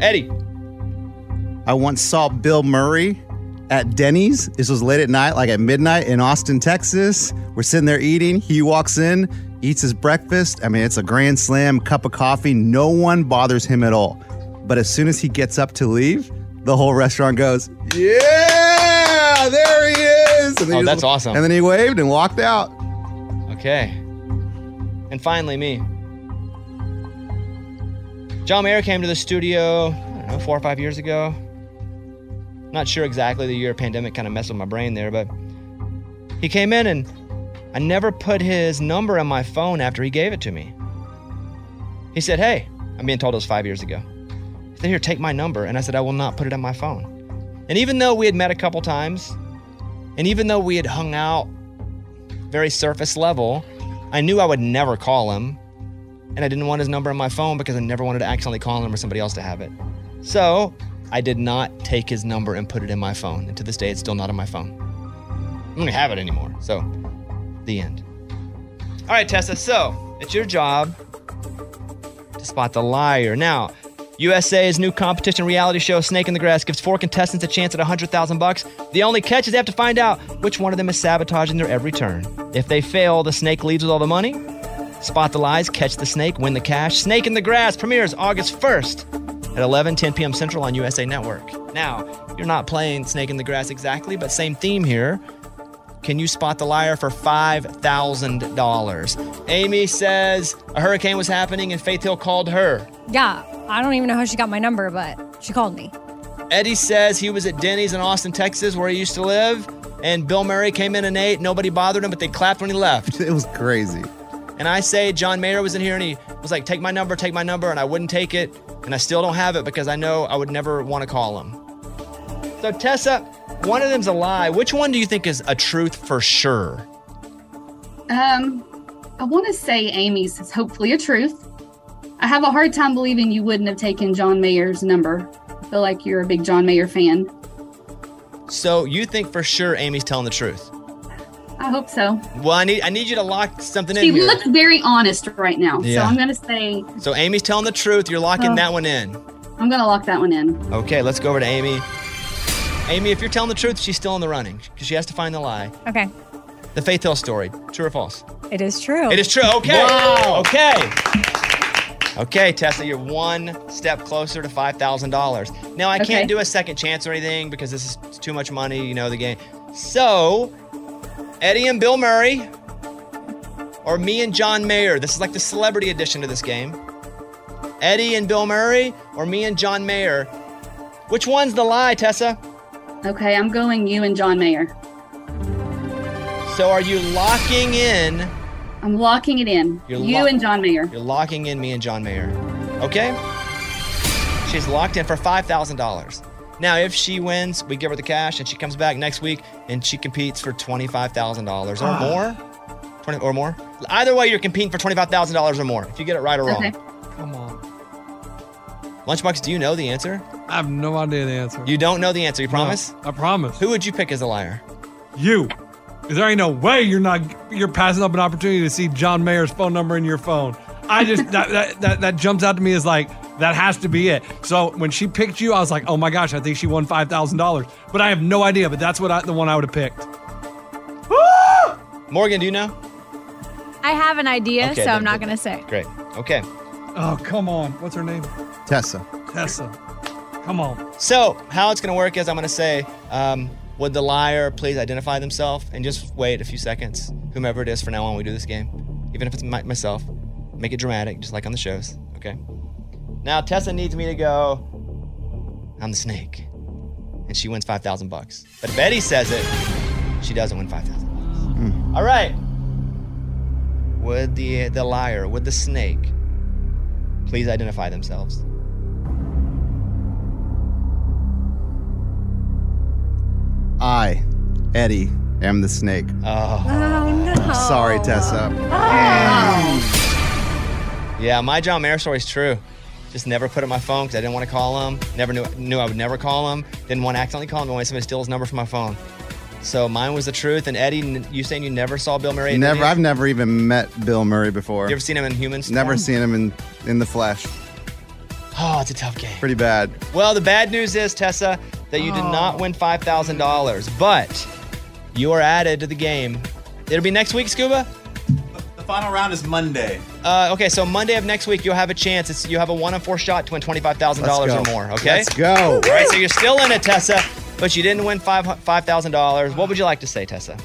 Eddie. I once saw Bill Murray at Denny's. This was late at night, like at midnight in Austin, Texas. We're sitting there eating. He walks in, eats his breakfast. I mean, it's a grand slam, cup of coffee. No one bothers him at all. But as soon as he gets up to leave, the whole restaurant goes, Yeah, there he is. And then Oh, he- that's awesome. And then he waved and walked out. Okay. And finally, me. John Mayer came to the studio, I don't know, four or five years ago. Not sure exactly the year pandemic kind of messed with my brain there, but he came in and I never put his number in my phone after he gave it to me. He said, Hey, I'm being told it was five years ago. He said, Here, take my number. And I said, I will not put it on my phone. And even though we had met a couple times, and even though we had hung out very surface level. I knew I would never call him, and I didn't want his number on my phone because I never wanted to accidentally call him or somebody else to have it. So I did not take his number and put it in my phone. And to this day, it's still not on my phone. I don't even have it anymore. So, the end. All right, Tessa. So it's your job to spot the liar. Now, USA's new competition reality show, Snake in the Grass, gives four contestants a chance at 100,000 bucks. The only catch is they have to find out which one of them is sabotaging their every turn. If they fail, the snake leaves with all the money. Spot the lies, catch the snake, win the cash. Snake in the Grass premieres August 1st at 11, 10 p.m. Central on USA Network. Now, you're not playing Snake in the Grass exactly, but same theme here. Can you spot the liar for $5,000? Amy says a hurricane was happening and Faith Hill called her. Yeah, I don't even know how she got my number, but she called me. Eddie says he was at Denny's in Austin, Texas, where he used to live, and Bill Murray came in and ate. Nobody bothered him, but they clapped when he <laughs> left. It was crazy. And I say John Mayer was in here and he was like, take my number, take my number, and I wouldn't take it, and I still don't have it because I know I would never want to call him. So, Tessa, one of them's a lie. Which one do you think is a truth for sure? Um, I want to say Amy's is hopefully a truth. I have a hard time believing you wouldn't have taken John Mayer's number. I feel like you're a big John Mayer fan. So, you think for sure Amy's telling the truth? I hope so. Well, I need I need you to lock something She in here. looks very honest right now, Yeah. so I'm gonna say so, Amy's telling the truth. You're locking Oh. that one in. I'm gonna lock that one in. Okay, let's go over to Amy. Amy, if you're telling the truth, she's still in the running because she has to find the lie. Okay, The Faith Hill story, true or false? it is true. It is true. Okay. Wow. Okay. Okay, Tessa, you're one step closer to five thousand dollars. Now I Okay. can't do a second chance or anything because this is it's too much money. You know the game. So, Eddie and Bill Murray, or me and John Mayer. This is like the celebrity edition to this game. Eddie and Bill Murray, or me and John Mayer. Which one's the lie, Tessa? Okay, I'm going you and John Mayer. So are you locking in? I'm locking it in. You're you lo- and John Mayer. You're locking in me and John Mayer. Okay? She's locked in for $5,000. Now, if she wins, we give her the cash and she comes back next week and she competes for $25,000 or Ah. more. 20 or more. Either way, you're competing for $25,000 or more if you get it right or wrong. Okay. Come on. Lunchbox, do you know the answer? I have no idea the answer. You don't know the answer, you promise? I promise. Who would you pick as a liar? You. 'Cause There ain't no way you're not you're passing up an opportunity to see John Mayer's phone number in your phone. I just <laughs> that, that that that jumps out to me as like that has to be it. So when she picked you, I was like, oh my gosh, I think she won five thousand dollars. But I have no idea. But that's what I, the one I would have picked. Morgan, do you know? I have an idea, Okay, so then- I'm not going to say. Great. Okay. Oh come on, what's her name? Tessa. Tessa. Come on. So, how it's going to work is I'm going to say, um, would the liar please identify themselves and just wait a few seconds, whomever it is from now on, we do this game. Even if it's my, myself, make it dramatic, just like on the shows. Okay. Now, Tessa needs me to go, I'm the snake. And she wins 5,000 bucks. But if Eddie says it, she doesn't win 5,000 bucks. All right. Would the, the liar, would the snake please identify themselves? I, Eddie, am the snake. Oh. Oh, no. Sorry, Tessa. Oh. Yeah, my John Mayer story is true. Just never put it in my phone because I didn't want to call him. Never knew knew I would never call him. Didn't want to accidentally call him. Didn't want somebody to steal his number from my phone. So mine was the truth. And Eddie, n- you saying you never saw Bill Murray? at never. Disney? I've never even met Bill Murray before. You ever seen him in humans? Never seen him in in the flesh. Oh, it's a tough game. Pretty bad. Well, the bad news is, Tessa, that you did not win $5,000, but you are added to the game. It'll be next week, Scuba? The final round is Monday. Uh, okay, so Monday of next week, you'll have a chance. It's, you have a one in four shot to win $25,000 Let's or go. more, okay? Let's go. All right, so you're still in it, Tessa, but you didn't win five $5,000. what would you like to say, Tessa?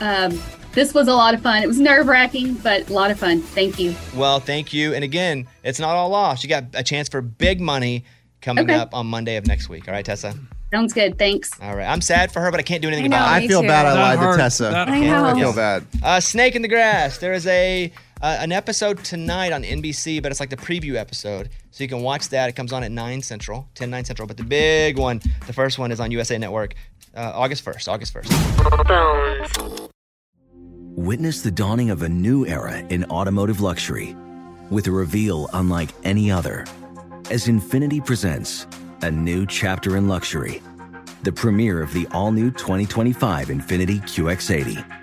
Um, this was a lot of fun. It was nerve wracking, but a lot of fun. Thank you. Well, thank you. And again, it's not all lost. You got a chance for big money coming Okay. up on Monday of next week. All right, Tessa? Sounds good. Thanks. All right. I'm sad for her, but I can't do anything I know, about it. me I feel too. bad I That lied to hurt. Tessa. That I hurt. know. I feel bad. Uh, Snake in the Grass. There is a uh, an episode tonight on NBC, but it's like the preview episode. So you can watch that. It comes on at 9 Central, 10, 9 Central. But the big one, the first one is on USA Network uh, August 1st. August 1st. Witness the dawning of a new era in automotive luxury with a reveal unlike any other as Infinity presents a new chapter in luxury, the premiere of the all new 2025 Infinity QX80.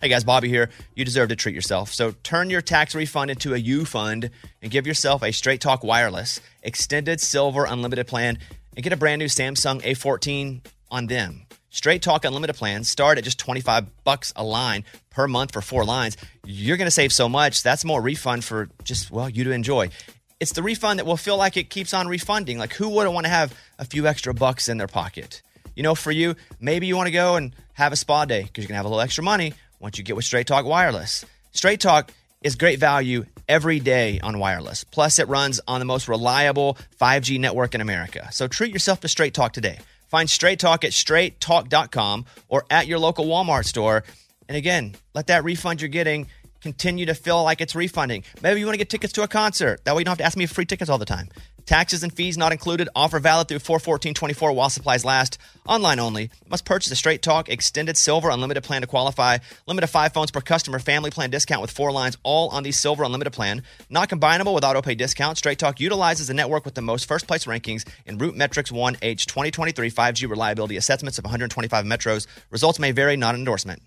Hey guys, Bobby here. You deserve to treat yourself. So turn your tax refund into a U fund and give yourself a Straight Talk Wireless Extended Silver Unlimited plan and get a brand new Samsung A14 on them. Straight Talk Unlimited plans start at just 25 bucks a line per month for four lines. You're going to save so much. That's more refund for just, well, you to enjoy. It's the refund that will feel like it keeps on refunding. Like who wouldn't want to have a few extra bucks in their pocket? You know, for you, maybe you want to go and have a spa day because you can have a little extra money once you get with Straight Talk Wireless. Straight Talk is great value every day on wireless. Plus, it runs on the most reliable 5G network in America. So treat yourself to Straight Talk today. Find Straight Talk at straighttalk.com or at your local Walmart store. And again, let that refund you're getting continue to feel like it's refunding. Maybe you want to get tickets to a concert. That way you don't have to ask me for free tickets all the time. Taxes and fees not included. Offer valid through 41424 while supplies last. Online only. Must purchase a Straight Talk Extended Silver Unlimited plan to qualify. Limit of five phones per customer. Family plan discount with four lines all on the Silver Unlimited plan. Not combinable with auto pay discount. Straight Talk utilizes the network with the most first place rankings in Root Metrics 1H 2023 5G reliability assessments of 125 metros. Results may vary, not an endorsement.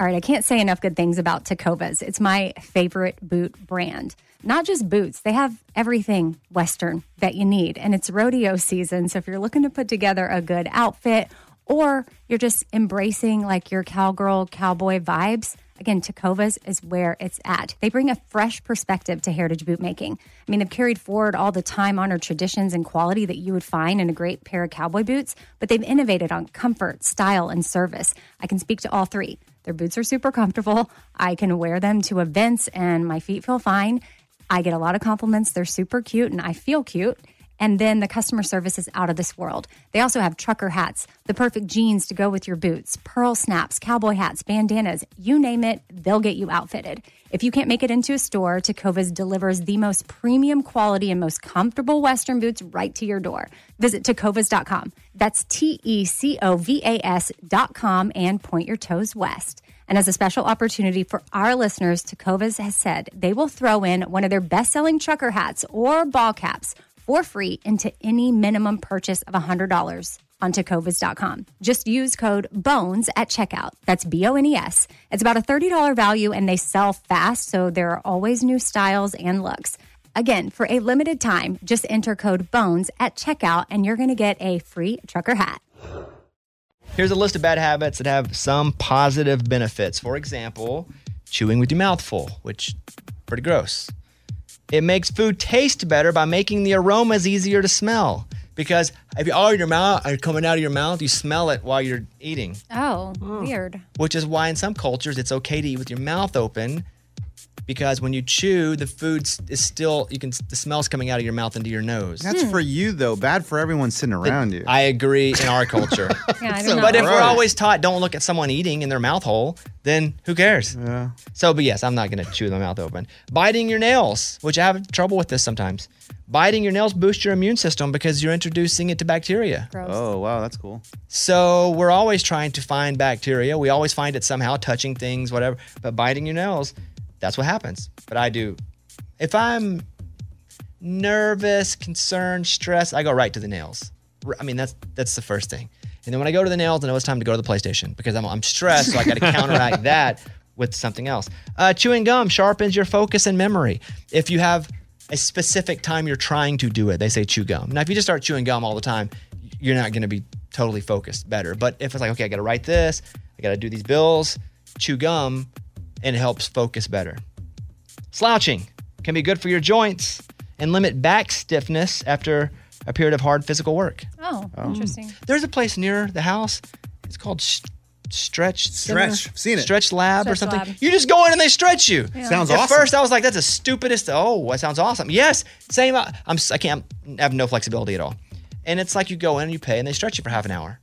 All right, I can't say enough good things about Takovas. It's my favorite boot brand. Not just boots, they have everything Western that you need. And it's rodeo season. So if you're looking to put together a good outfit or you're just embracing like your cowgirl, cowboy vibes, again, Takovas is where it's at. They bring a fresh perspective to heritage boot making. I mean, they've carried forward all the time honored traditions and quality that you would find in a great pair of cowboy boots, but they've innovated on comfort, style, and service. I can speak to all three. Their boots are super comfortable. I can wear them to events and my feet feel fine. I get a lot of compliments. They're super cute and I feel cute. And then the customer service is out of this world. They also have trucker hats, the perfect jeans to go with your boots, pearl snaps, cowboy hats, bandanas, you name it, they'll get you outfitted. If you can't make it into a store, Tecovas delivers the most premium quality and most comfortable Western boots right to your door. Visit tecovas.com. That's T E C O V A S.com and point your toes west. And as a special opportunity for our listeners, Tecovas has said they will throw in one of their best selling trucker hats or ball caps for free into any minimum purchase of $100 on tecovas.com. Just use code BONES at checkout. That's B O N E S. It's about a $30 value and they sell fast, so there are always new styles and looks. Again, for a limited time, just enter code BONES at checkout and you're going to get a free trucker hat. Here's a list of bad habits that have some positive benefits. For example, chewing with your mouth full, which pretty gross. It makes food taste better by making the aromas easier to smell. Because if you're all in your mouth are coming out of your mouth, you smell it while you're eating. Oh, weird. Which is why in some cultures it's okay to eat with your mouth open. Because when you chew, the food is still you can the smell's coming out of your mouth into your nose. That's for you though. Bad for everyone sitting around you. I agree in our culture. Yeah, I So don't know. But if we're gross. always taught don't look at someone eating in their mouth hole, then who cares? Yeah. So, but yes, I'm not going to chew my mouth open. Biting your nails, which I have trouble with this sometimes. Biting your nails boosts your immune system because you're introducing it to bacteria. Gross. Oh wow, that's cool. So we're always trying to find bacteria. We always find it somehow touching things, whatever. But biting your nails, that's what happens. But I do. If I'm nervous, concerned, stressed, I go right to the nails. R- I mean, that's that's the first thing. And then when I go to the nails, I know it's time to go to the PlayStation because I'm, I'm stressed, so I got to counteract that with something else. Uh, chewing gum sharpens your focus and memory. If you have a specific time you're trying to do it, they say chew gum. Now, if you just start chewing gum all the time, you're not going to be totally focused better. But if it's like, okay, I got to write this, I got to do these bills, chew gum, and it helps focus better. Slouching can be good for your joints and limit back stiffness after a period of hard physical work. Oh, Oh. interesting. There's a place near the house. It's called S- Stretch Center? Stretch. Seen it. Stretch Lab or Stretch something. Lab. You just go in and they stretch you. Yeah. Sounds At awesome. first, I was like, "That's the stupidest." Oh, that sounds awesome. Yes, same. I- I'm. s- I can't I have no flexibility at all. And it's like you go in and you pay and they stretch you for half an hour.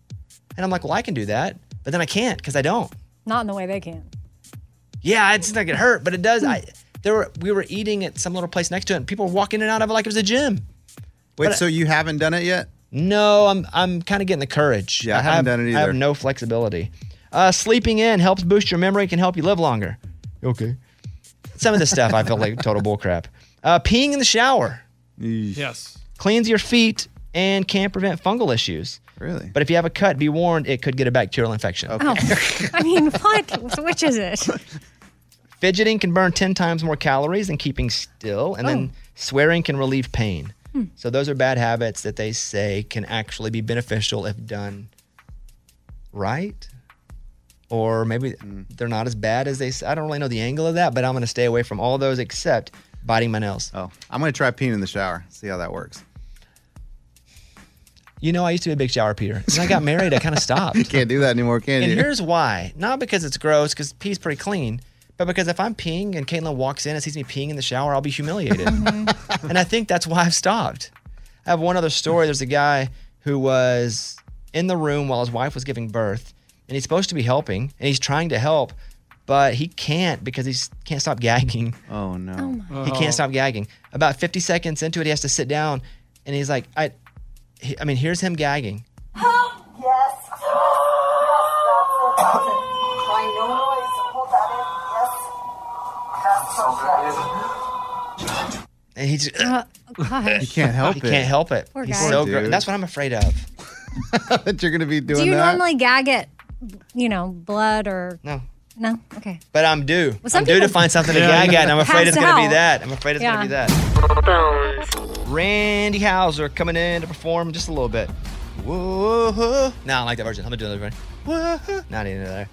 And I'm like, "Well, I can do that," but then I can't because I don't. Not in the way they can. Yeah, it's not gonna hurt, but it does. Hmm. I there were we were eating at some little place next to it, and people were walking in and out of it like it was a gym. Wait, But- so you haven't done it yet? No, I'm I'm kind of getting the courage. Yeah, I haven't done it I have either. no flexibility. Uh, sleeping in helps boost your memory, can help you live longer. Okay. Some of this stuff I feel <laughs> like total bullcrap. Uh, peeing in the shower Yes. cleans your feet and can prevent fungal issues. Really? But if you have a cut, be warned it could get a bacterial infection. Oh, I mean, what? Which is <laughs> it? Fidgeting can burn 10 times more calories than keeping still, and then swearing can relieve pain. Hmm. So, those are bad habits that they say can actually be beneficial if done right. Or maybe Hmm. they're not as bad as they say. I don't really know the angle of that, but I'm going to stay away from all those except biting my nails. Oh, I'm going to try peeing in the shower. See how that works. You know, I used to be a big shower peer. When I got married, I kind <laughs> of stopped. Can't do that anymore, can And you? here's why. Not because it's gross, because pee's pretty clean, but because if I'm peeing and Caitlin walks in and sees me peeing in the shower, I'll be <laughs> humiliated. Mm-hmm. and I think that's why I've stopped. I have one other story. There's a guy who was in the room while his wife was giving birth, and he's supposed to be helping, and he's trying to help, but he can't because he can't stop gagging. <laughs> Oh no! He can't stop gagging. About 50 seconds into it, he has to sit down, and he's like, I, he- I mean, here's him gagging. Yes. My noise. Hold that in. Yes. That's so and he just You can't help he it. can't help it. Poor He's guy. so Poor great. dude. That's what I'm afraid of. <laughs> <laughs> that you're going to be doing Do you that. normally gag at, you know, blood or? No. No? Okay. But I'm due. Well, some I'm due to people find something to Yeah. gag at, and I'm afraid it's Pass going to be out. that. I'm afraid it's Yeah. going to be that. Randy Hauser coming in to perform just a little bit. Whoa. Nah, I don't like that version. I'm going to do another version. Whoa. Not even there.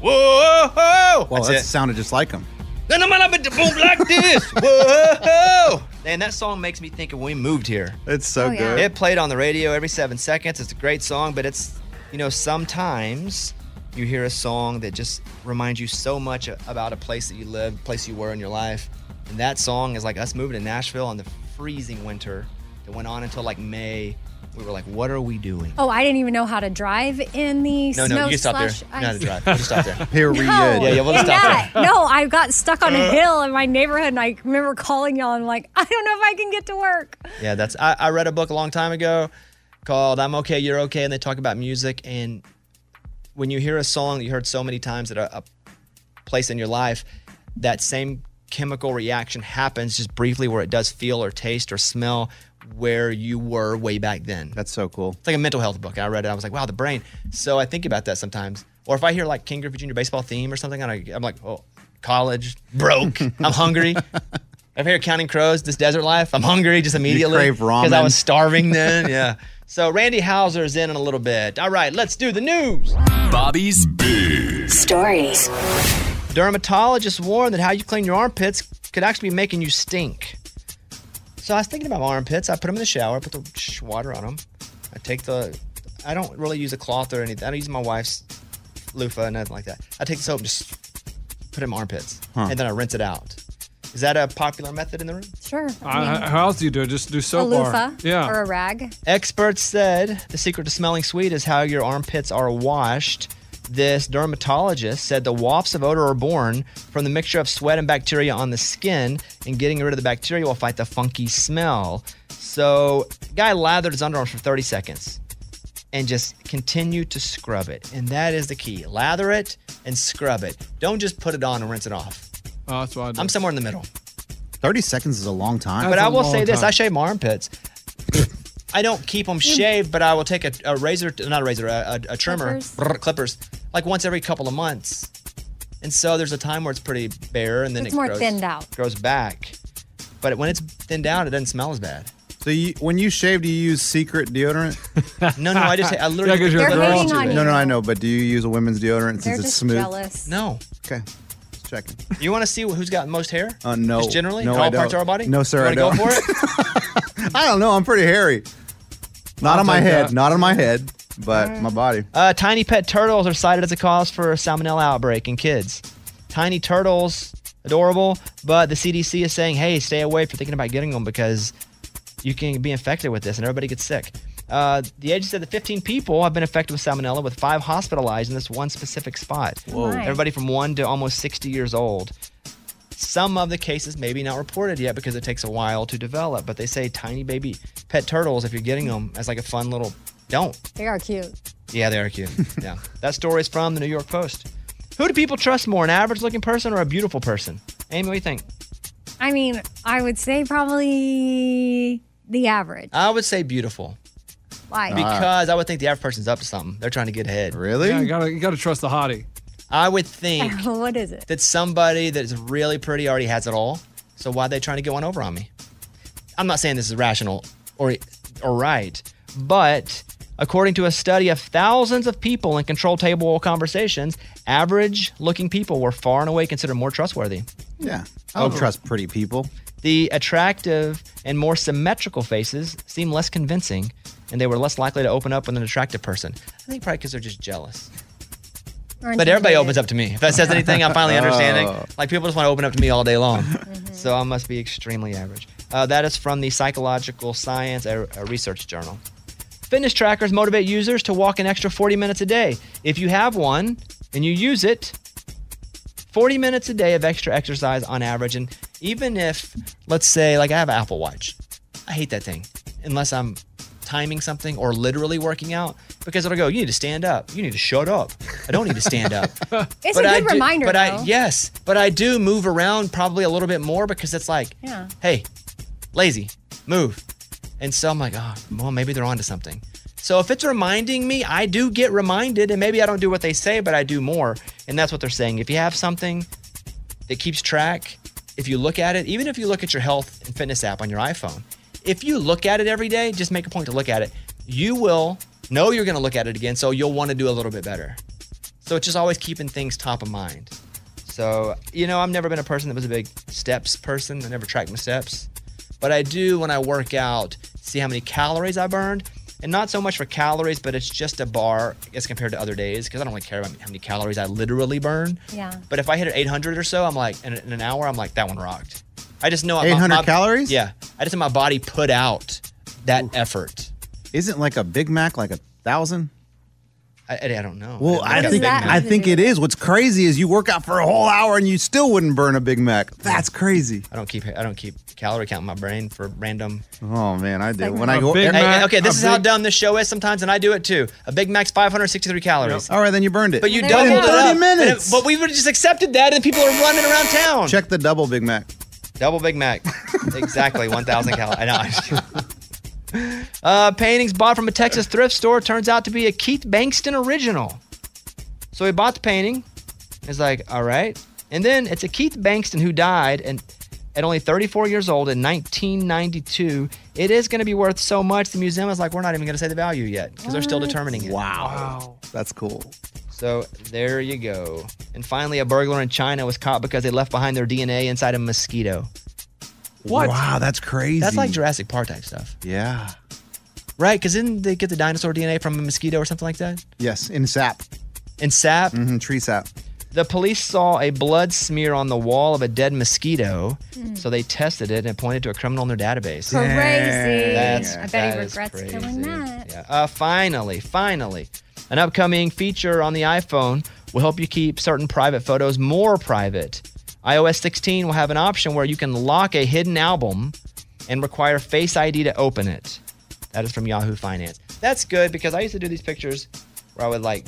Whoa. Well, that sounded just like him. Then I'm going to boom like this. Whoa. And that song makes me think of when we moved here. It's so Oh, yeah. good. It played on the radio every seven seconds. It's a great song, but it's, you know, sometimes you hear a song that just reminds you so much a- about a place that you lived, place you were in your life. And that song is like us moving to Nashville in the freezing winter that went on until like May. We were like, what are we doing? Oh, I didn't even know how to drive in the No, snow no, you can stop there. slash You know how to ice. drive. We'll just stop there. Period. No, Yeah, yeah, we'll just in stop that. there. No, I got stuck <laughs> on a hill in my neighborhood, and I remember calling y'all. and I'm like, I don't know if I can get to work. Yeah, that's. I, I read a book a long time ago called "I'm Okay, You're Okay," and they talk about music. And when you hear a song that you heard so many times at a, a place in your life, that same chemical reaction happens just briefly where it does feel or taste or smell where you were way back then. That's so cool. It's like a mental health book. I read it. I was like, wow, the brain. So I think about that sometimes. Or if I hear like King Griffey Jr. baseball theme or something, and I, I'm like, oh, college, broke, I'm <laughs> hungry. I'm here counting crows, this desert life. I'm hungry just immediately. crave Because I ramen. was starving then. yeah. So Randy Hauser is in in a little bit. All right, let's do the news. Bobby's Big Stories. Dermatologists warn that how you clean your armpits could actually be making you stink. So I was thinking about my armpits. I put them in the shower, I put the sh- water on them. I take the, I don't really use a cloth or anything. I don't use my wife's loofah, nothing like that. I take the soap and just put it in my armpits. Huh. And then I rinse it out. Is that a popular method in the room? Sure. I- I- how else do you do it? Just do a soap loofah bar. or a rag. Experts said the secret to smelling sweet is how your armpits are washed. This dermatologist said the wafts of odor are born from the mixture of sweat and bacteria on the skin, and getting rid of the bacteria will fight the funky smell. So, guy lathered his underarms for 30 seconds and just continue to scrub it. And that is the key lather it and scrub it. Don't just put it on and rinse it off. Oh, that's what I do. I'm somewhere in the middle. 30 seconds is a long time. but I will say this: I shave my armpits. I don't keep them shaved, but I will take a, a razor, not a razor, a, a, a trimmer, Clippers. brr, clippers, like once every couple of months. And so there's a time where it's pretty bare, and then It's it more grows, thinned out. grows back. But when it's thinned out, it doesn't smell as bad. So you, when you shave, do you use secret deodorant? no, I just- <laughs> I literally- Yeah, 'cause you're a They're girl. hating on No, you. no, I know, but do you use a women's deodorant They're since it's just smooth? jealous. No. Okay. Just checking. You want to see who's got most hair? Uh, no. Just generally? no, in all I don't. parts of our body? No, sir, I You wanna don't. go for it? <laughs> I don't know. I'm pretty hairy. <laughs> Not I'll on my take head. that. Not on my head, but my body. Uh, tiny pet turtles are cited as a cause for a salmonella outbreak in kids. Tiny turtles, adorable, but the CDC is saying, hey, stay away if you're thinking about getting them because you can be infected with this and everybody gets sick. Uh, the agency said that 15 people have been affected with salmonella, with five hospitalized in this one specific spot. Whoa. Nice. Everybody from one to almost 60 years old. Some of the cases maybe not reported yet because it takes a while to develop, but they say tiny baby pet turtles, if you're getting them as like a fun little, don't. They are cute. Yeah, they are cute. yeah. That story is from the New York Post. Who do people trust more, an average looking person or a beautiful person? Amy, what do you think? I mean, I would say probably the average. I would say beautiful. Why? Because I would think the average person's up to something. They're trying to get ahead. Really? Yeah, you gotta you gotta trust the hottie. I would think <laughs> what is it? that somebody that's really pretty already has it all. So why are they trying to get one over on me? I'm not saying this is rational or or right, but according to a study of thousands of people in control table conversations, average looking people were far and away considered more trustworthy. Yeah. I don't Oh. trust pretty people. The attractive and more symmetrical faces seem less convincing, and they were less likely to open up with an attractive person. I think probably because they're just jealous. But everybody opens up to me. If that says anything, I'm finally understanding. Oh. Like people just want to open up to me all day long. So I must be extremely average. Uh, that is from the Psychological Science uh, uh, Research Journal. Fitness trackers motivate users to walk an extra 40 minutes a day. If you have one and you use it, 40 minutes a day of extra exercise on average. And even if, let's say, like I have an Apple Watch, I hate that thing unless I'm timing something or literally working out because it'll go, you need to stand up. You need to shut up. I don't need to stand up. <laughs> It's But a good I do- reminder, But though. I yes, but I do move around probably a little bit more because it's like, <laughs> Yeah. hey, lazy, move. And so I'm like, oh, well, maybe they're onto something. So if it's reminding me, I do get reminded, and maybe I don't do what they say, but I do more. And that's what they're saying. If you have something that keeps track, if you look at it, even if you look at your health and fitness app on your iPhone, if you look at it every day, just make a point to look at it, you will know you're going to look at it again. So you'll want to do a little bit better. So it's just always keeping things top of mind. So, you know, I've never been a person that was a big steps person. I never tracked my steps. But I do when I work out, see how many calories I burned. And not so much for calories, but it's just a bar as compared to other days because I don't really care about how many calories I literally burn. Yeah. But if I hit an 800 or so, I'm like, in, in an hour, I'm like, that one rocked. I just know my- 800 my- calories? Yeah. I just know my body put out that effort. Isn't like a Big Mac like a thousand? I, I don't know. Well, Oh, Like I a think Big Mac. I think it is. What's crazy is you work out for a whole hour and you still wouldn't burn a Big Mac. That's crazy. I don't keep I don't keep calorie count in my brain for random. Oh man, I do. Like When I go, Hey, hey, okay, this is how dumb this show is sometimes, and I do it too. A Big Mac's 563 calories. All right, then you burned it. But you Well, doubled there you it go. up. 30 minutes. And it- but we would have just accepted that, and people are running around town. Check the double Big Mac. Double Big Mac. exactly, 1,000 calories. I know. I'm just kidding. Uh, paintings bought from a Texas thrift store turns out to be a Keith Bankston original. So he bought the painting. It's like, all right. And then it's a Keith Bankston who died and at only 34 years old in 1992. It is going to be worth so much. The museum is like, we're not even going to say the value yet because they're still What? determining it. Wow. That's cool. So there you go. And finally, a burglar in China was caught because they left behind their DNA inside a mosquito. What? Wow, that's crazy. That's like Jurassic Park type stuff. Yeah. Right, because didn't they get the dinosaur DNA from a mosquito or something like that? Yes, in sap. In sap? Mm-hmm, tree sap. The police saw a blood smear on the wall of a dead mosquito, Hmm. Mm. so they tested it and it pointed to a criminal in their database. Crazy. Dang. That's, I bet he that is regrets crazy. killing that. Yeah. Uh, finally, finally, an upcoming feature on the iPhone will help you keep certain private photos more private. iOS 16 will have an option where you can lock a hidden album and require Face ID to open it. That is from Yahoo Finance. That's good because I used to do these pictures where I would like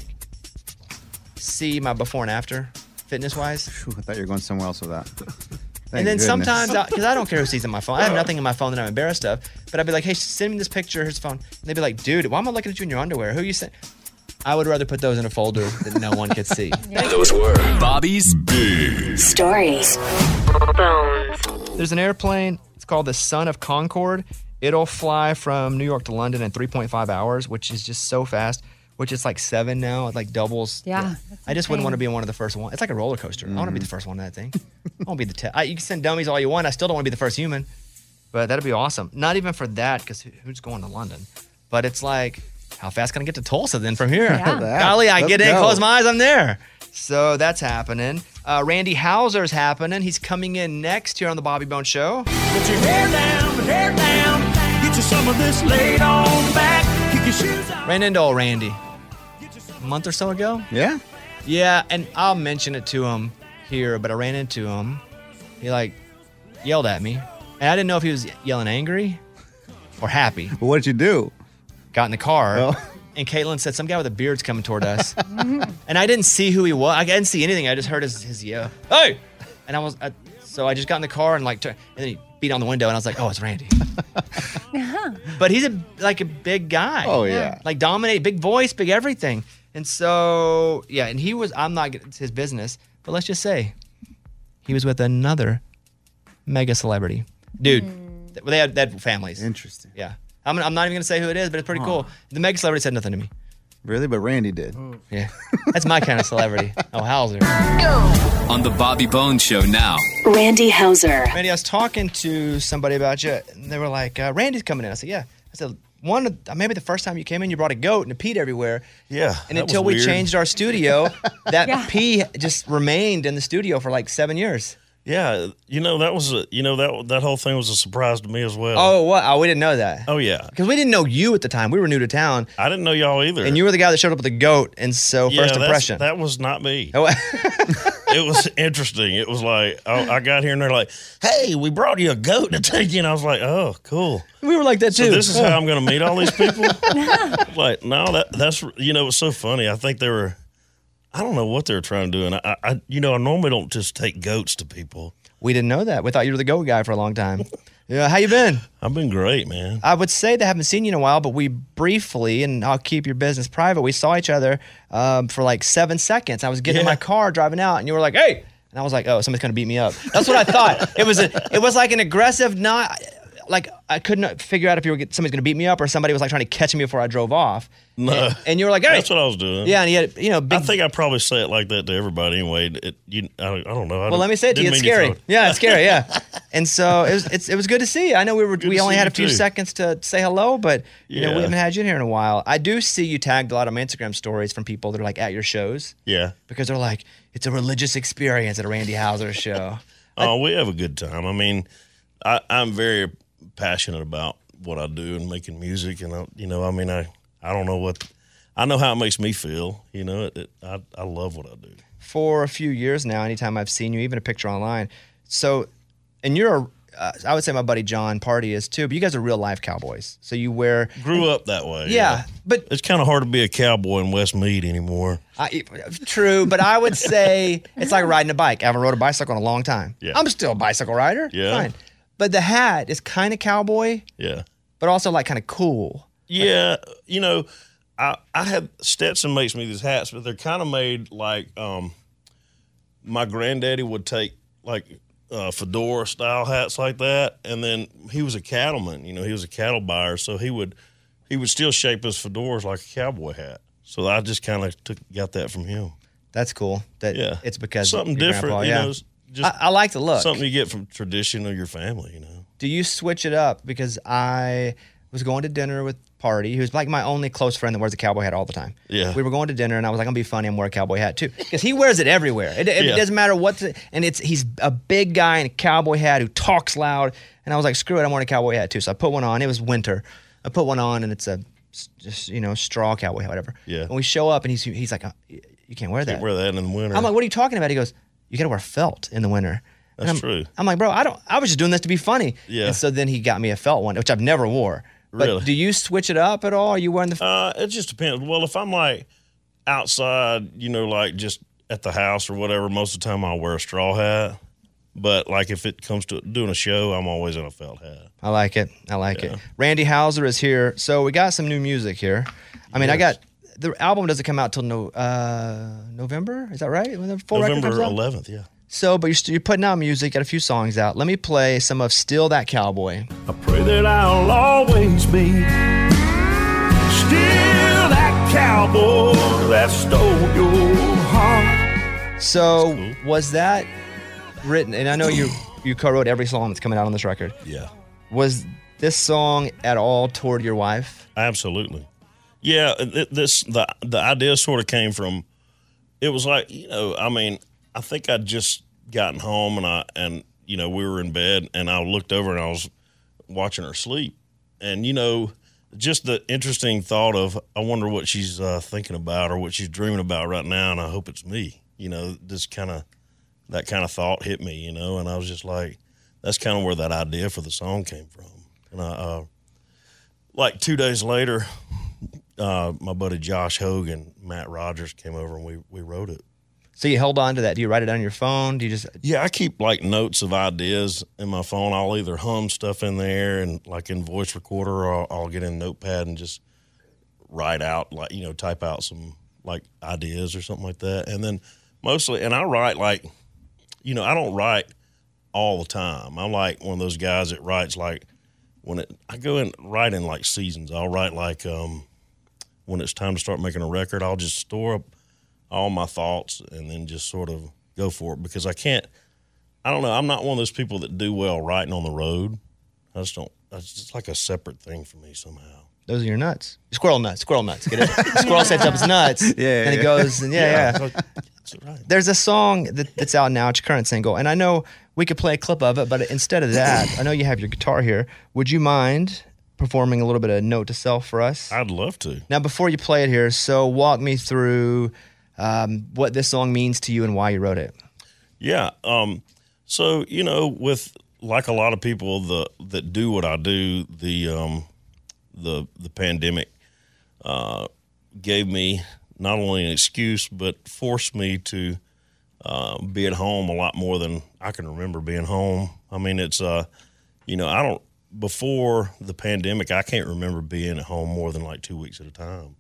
see my before and after fitness wise. <laughs> I thought you were going somewhere else with <laughs> that. and Thank then goodness. Uh-huh. sometimes, because I, don't care who sees it in my phone, I have nothing in my phone that I'm embarrassed of. But I'd be like, "Hey, send me this picture. Here's the phone." And they'd be like, "Dude, why am I looking at you in your underwear? Who you sent?" I would rather put those in a folder that no one could see. Those were Bobby's Big Stories. There's an airplane. It's called the Son of Concord. It'll fly from New York to London in 3.5 hours, which is just so fast. Which is like seven now. It like doubles. Yeah. I just wouldn't want to be one of the first ones. It's like a roller coaster. I want to be the first one in that thing. I want to be the. Te- I, you can send dummies all you want. I still don't want to be the first human, but that'd be awesome. Not even for that, because who, who's going to London? But it's like, how fast can I get to Tulsa then from here? Yeah. That. Golly, I Let's get in, go. close my eyes, I'm there. So that's happening. Uh, Randy Hauser's happening. He's coming in next here on the Bobby Bone Show. Put your hair down, hair down. Get you some of this laid on back. Kick your shoes out. Ran into old Randy a month or so ago. Yeah. Yeah, and I'll mention it to him here, but I ran into him. He like yelled at me, and I didn't know if he was yelling angry or happy. Well, what'd you do? Oh. Got in the car, and Caitlin said some guy with a beard's coming <laughs> toward us, Mm-hmm. and I didn't see who he was. I didn't see anything. I just heard his, his yell, "Hey!" And I was I, so I just got in the car and like turned, and then he beat on the window, and I was like, "Oh, it's Randy." But he's a like a big guy. Oh, yeah. Like dominate, big voice, big everything. And so yeah, and he was I'm not gonna- it's his business, but let's just say he was with another mega celebrity. Dude, th- they had, they had families. Interesting. Yeah. I'm, I'm not even gonna say who it is, but it's pretty Huh. cool. The mega celebrity said nothing to me. Really? But Randy did. Yeah. That's my kind of celebrity. Oh, Hauser. On the Bobby Bone Show now. Randy Hauser. Randy, I was talking to somebody about you, and they were like, uh, "Randy's coming in." I said, "Yeah." I said, "One, of- maybe the first time you came in, you brought a goat and a peed everywhere." Yeah. And that until was we weird. changed our <laughs> studio, that pee just remained in the studio for like seven years. Yeah, you know that was a, you know that that whole thing was a surprise to me as well. Oh, what? Oh, we didn't know that. Oh yeah, because we didn't know you at the time. We were new to town. I didn't know y'all either. And you were the guy that showed up with the goat, and so Yeah, Oh, first that's- impression. Oh. That was <laughs> not me. it was interesting. It was like I, I got here and they're like, "Hey, we brought you a goat to take you," and I was like, "Oh, cool." We were like that So too. this is Yeah. how I'm going to meet <laughs> all these people. like, no, that that's you know, it's so funny. I think they were, I don't know what they were trying to do, and I, I you know, I normally don't just take goats to people. We didn't know that. We thought you were the goat guy for a long time. yeah, how you been? I've been great, man. I would say they haven't seen you in a while, but we briefly, and I'll keep your business private. We saw each other um, for like seven seconds. I was getting in my car driving out, and you were like, "Hey," and I was like, "Oh, somebody's gonna beat me up." That's what I thought. it was a, it was like an aggressive, not like I couldn't figure out if you were get, somebody's gonna beat me up or somebody was like trying to catch me before I drove off. No, and, and you were like, "Hey," that's what I was doing. Yeah, and he had, you know, I think I probably say it like that to everybody anyway. It, you, I, don't- I don't know. I well, let me say it to you. It's scary. yeah, it's scary. <laughs> Yeah. And so it was. It's, it was good to see you. I know we were. Good we to only see had a you few too. seconds to say hello, but you know we Yeah. haven't had you in here in a while. I do see you tagged a lot of my Instagram stories from people that are like at your shows Yeah. because they're like it's a religious experience at a Randy Hauser <laughs> show. Oh, we have a good time. I mean, I, I'm very passionate about what I do and making music. And I, you know, I mean, I I don't know what I know how it makes me feel. You know, it, it, I I love what I do. for a few years now. Anytime I've seen you, even a picture online. So, and you're, a, uh, I would say my buddy John Party is too. But you guys are real life cowboys. So you wear Grew up that way. Yeah, but it's kind of hard to be a cowboy in Westmead anymore. I, true, but I would say it's like riding a bike. I haven't rode a bicycle in a long time. Yeah. I'm still a bicycle rider. Yeah. Fine. But the hat is kind of cowboy, Yeah. but also like kind of cool. Yeah, you know, I I had Stetson makes me these hats, but they're kind of made like um, my granddaddy would take like uh, fedora style hats like that, and then he was a cattleman. You know, he was a cattle buyer, so he would he would still shape his fedoras like a cowboy hat. So I just kind of took got that from him. That's cool. That yeah, it's because something your different. grandpa- you yeah. know, it's just I, I like the look. Something you get from tradition of your family. You know, Do you switch it up? Because I was going to dinner with Party, who's like my only close friend that wears a cowboy hat all the time. Yeah. We were going to dinner, and I was like, I'm gonna be funny and wear a cowboy hat too, because he wears it everywhere. It, it Yeah. doesn't matter what. the- and it's he's a big guy in a cowboy hat who talks loud. And I was like, screw it, I'm wearing a cowboy hat too. So I put one on. It was winter. I put one on, and it's a s- just you know straw cowboy hat, whatever. yeah. And we show up, and he's he's like, uh, you can't wear that. Can't wear that in the winter. I'm like, what are you talking about? He goes, you got to wear felt in the winter. And That's I'm- true. I'm like, bro, I don't. I was just doing this to be funny. Yeah. And so then he got me a felt one, which I've never wore. But Really? do you switch it up at all? Are you wearing the? Uh, it just depends. Well, if I'm like outside, you know, like just at the house or whatever, most of the time I'll wear a straw hat. But like if it comes to doing a show, I'm always in a felt hat. I like it. I like it. Randy Hauser is here, so we got some new music here. I mean, I Yes. got the album doesn't come out till no uh, November. Is that right? When the full record November comes out? 11th, yeah. So, but you're, st- you're putting out music. Got a few songs out. Let me play some of "Still That Cowboy." Oh, Pray that I'll always be still that cowboy that stole your heart. So was that written? And I know you you co-wrote every song that's coming out on this record. Yeah. Was this song at all toward your wife? Absolutely. Yeah, th- this the the idea sort of came from. It was like you know, I mean, I think I'd just gotten home and I and you know we were in bed and I looked over and I was watching her sleep, and you know, just the interesting thought of I wonder what she's uh, thinking about or what she's dreaming about right now, and I hope it's me. You know, this kind of that kind of thought hit me, you know, and I was just like, that's kind of where that idea for the song came from, and I. Uh, like two days later, uh, my buddy Josh Hogan, Matt Rogers came over and we we wrote it. So you held on to that. Do you write it on your phone? Do you just Yeah, I keep like notes of ideas in my phone. I'll either hum stuff in there and like in voice recorder, or I'll, I'll get in Notepad and just write out like you know type out some like ideas or something like that. And then mostly, and I write like you know I don't write all the time. I'm like one of those guys that writes like when it I go in write in like seasons. I'll write like um when it's time to start making a record. I'll just store up all my thoughts and then just sort of go for it because I can't. I don't know. I'm not one of those people that do well writing on the road. I just don't. It's just like a separate thing for me somehow. those are your nuts? Squirrel nuts. Squirrel nuts. Get it? <laughs> squirrel sets up his nuts. <laughs> Yeah, And yeah. it goes. And yeah, yeah. Yeah. There's a song that, that's out now. It's your current single, and I know we could play a clip of it, but instead of that, I know you have your guitar here. Would you mind performing a little bit of "Note to Self" for us? I'd love to. Now, before you play it here, so walk me through um, what this song means to you and why you wrote it. Yeah. Um, so you know, with like a lot of people the that do what I do, the um, the the pandemic uh, gave me not only an excuse but forced me to uh, be at home a lot more than I can remember being home. I mean, it's uh, you know, I don't before the pandemic, I can't remember being at home more than like two weeks at a time,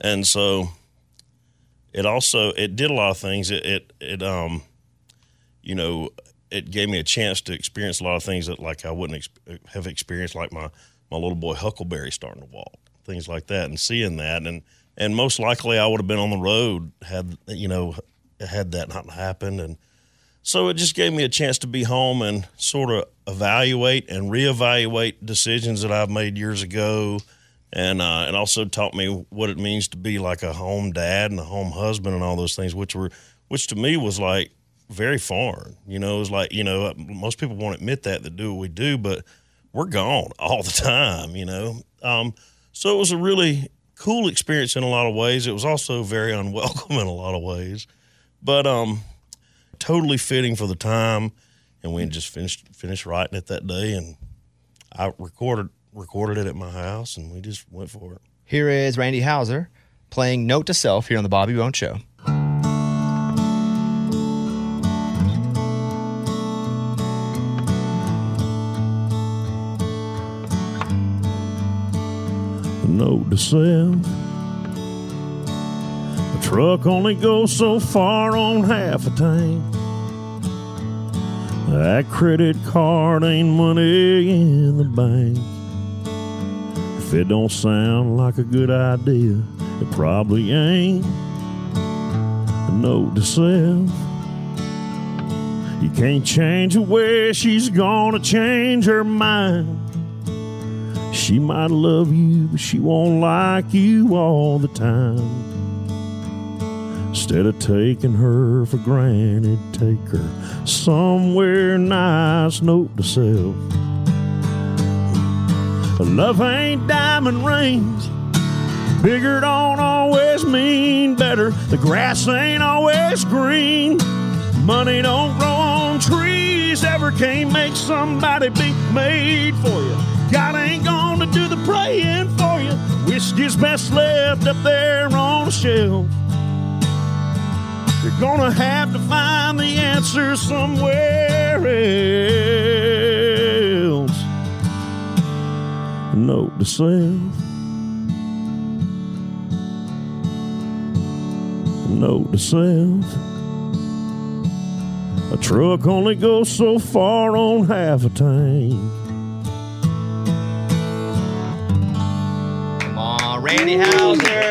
and so it also it did a lot of things. It it, it um you know, it gave me a chance to experience a lot of things that like I wouldn't ex- have experienced, like my my little boy Huckleberry starting to walk, things like that, and seeing that, and and most likely I would have been on the road had you know had that not happened, and so it just gave me a chance to be home and sort of evaluate and reevaluate decisions that I've made years ago. And uh, it also taught me what it means to be like a home dad and a home husband and all those things, which were, which to me was like very foreign. You know, it was like you know most people won't admit that that do what we do, but we're gone <laughs> all the time, you know. Um, so it was a really cool experience in a lot of ways. It was also very <laughs> unwelcome in a lot of ways, but um, totally fitting for the time. And we had just finished finished writing it that day, and I recorded recorded it at my house, and we just went for it. Here is Randy Hauser playing Note to Self here on the Bobby Bone Show. note to self. A truck only goes so far on half a tank. That credit card ain't money in the bank. If it don't sound like a good idea, it probably ain't. A note to self. You can't change the way she's gonna change her mind. She might love you, but she won't like you all the time. Instead of taking her for granted, take her somewhere nice, note to self. Love ain't diamond rings. Bigger don't always mean better. The grass ain't always green. Money don't grow on trees. Ever can't make somebody be made for you. God ain't gonna do the praying for you. Whiskey's best left up there on the shelf. You're gonna have to find the answer somewhere else note to self. Note to self. A truck only goes so far on half a tank. Come on, Randy Hauser.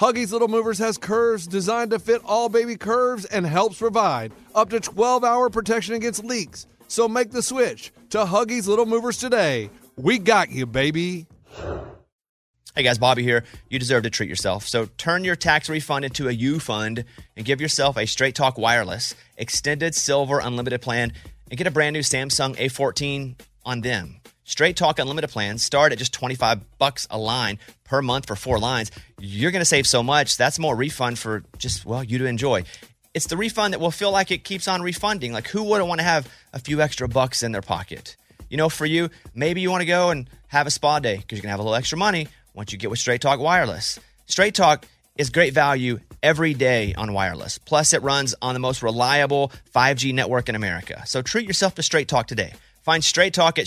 Huggies Little Movers has curves designed to fit all baby curves and helps provide up to 12 hour protection against leaks. So make the switch to Huggies Little Movers today. We got you, baby. Hey guys, Bobby here. You deserve to treat yourself. So turn your tax refund into a U fund and give yourself a Straight Talk Wireless Extended Silver Unlimited plan and get a brand new Samsung A14 on them. Straight Talk Unlimited plans start at just 25 bucks a line per month for four lines. You're going to save so much. That's more refund for just, well, you to enjoy. It's the refund that will feel like it keeps on refunding. Like, who wouldn't want to have a few extra bucks in their pocket? You know, for you, maybe you want to go and have a spa day because you're going to have a little extra money once you get with Straight Talk Wireless. Straight Talk is great value every day on wireless. Plus, it runs on the most reliable 5G network in America. So treat yourself to Straight Talk today. Find Straight Talk at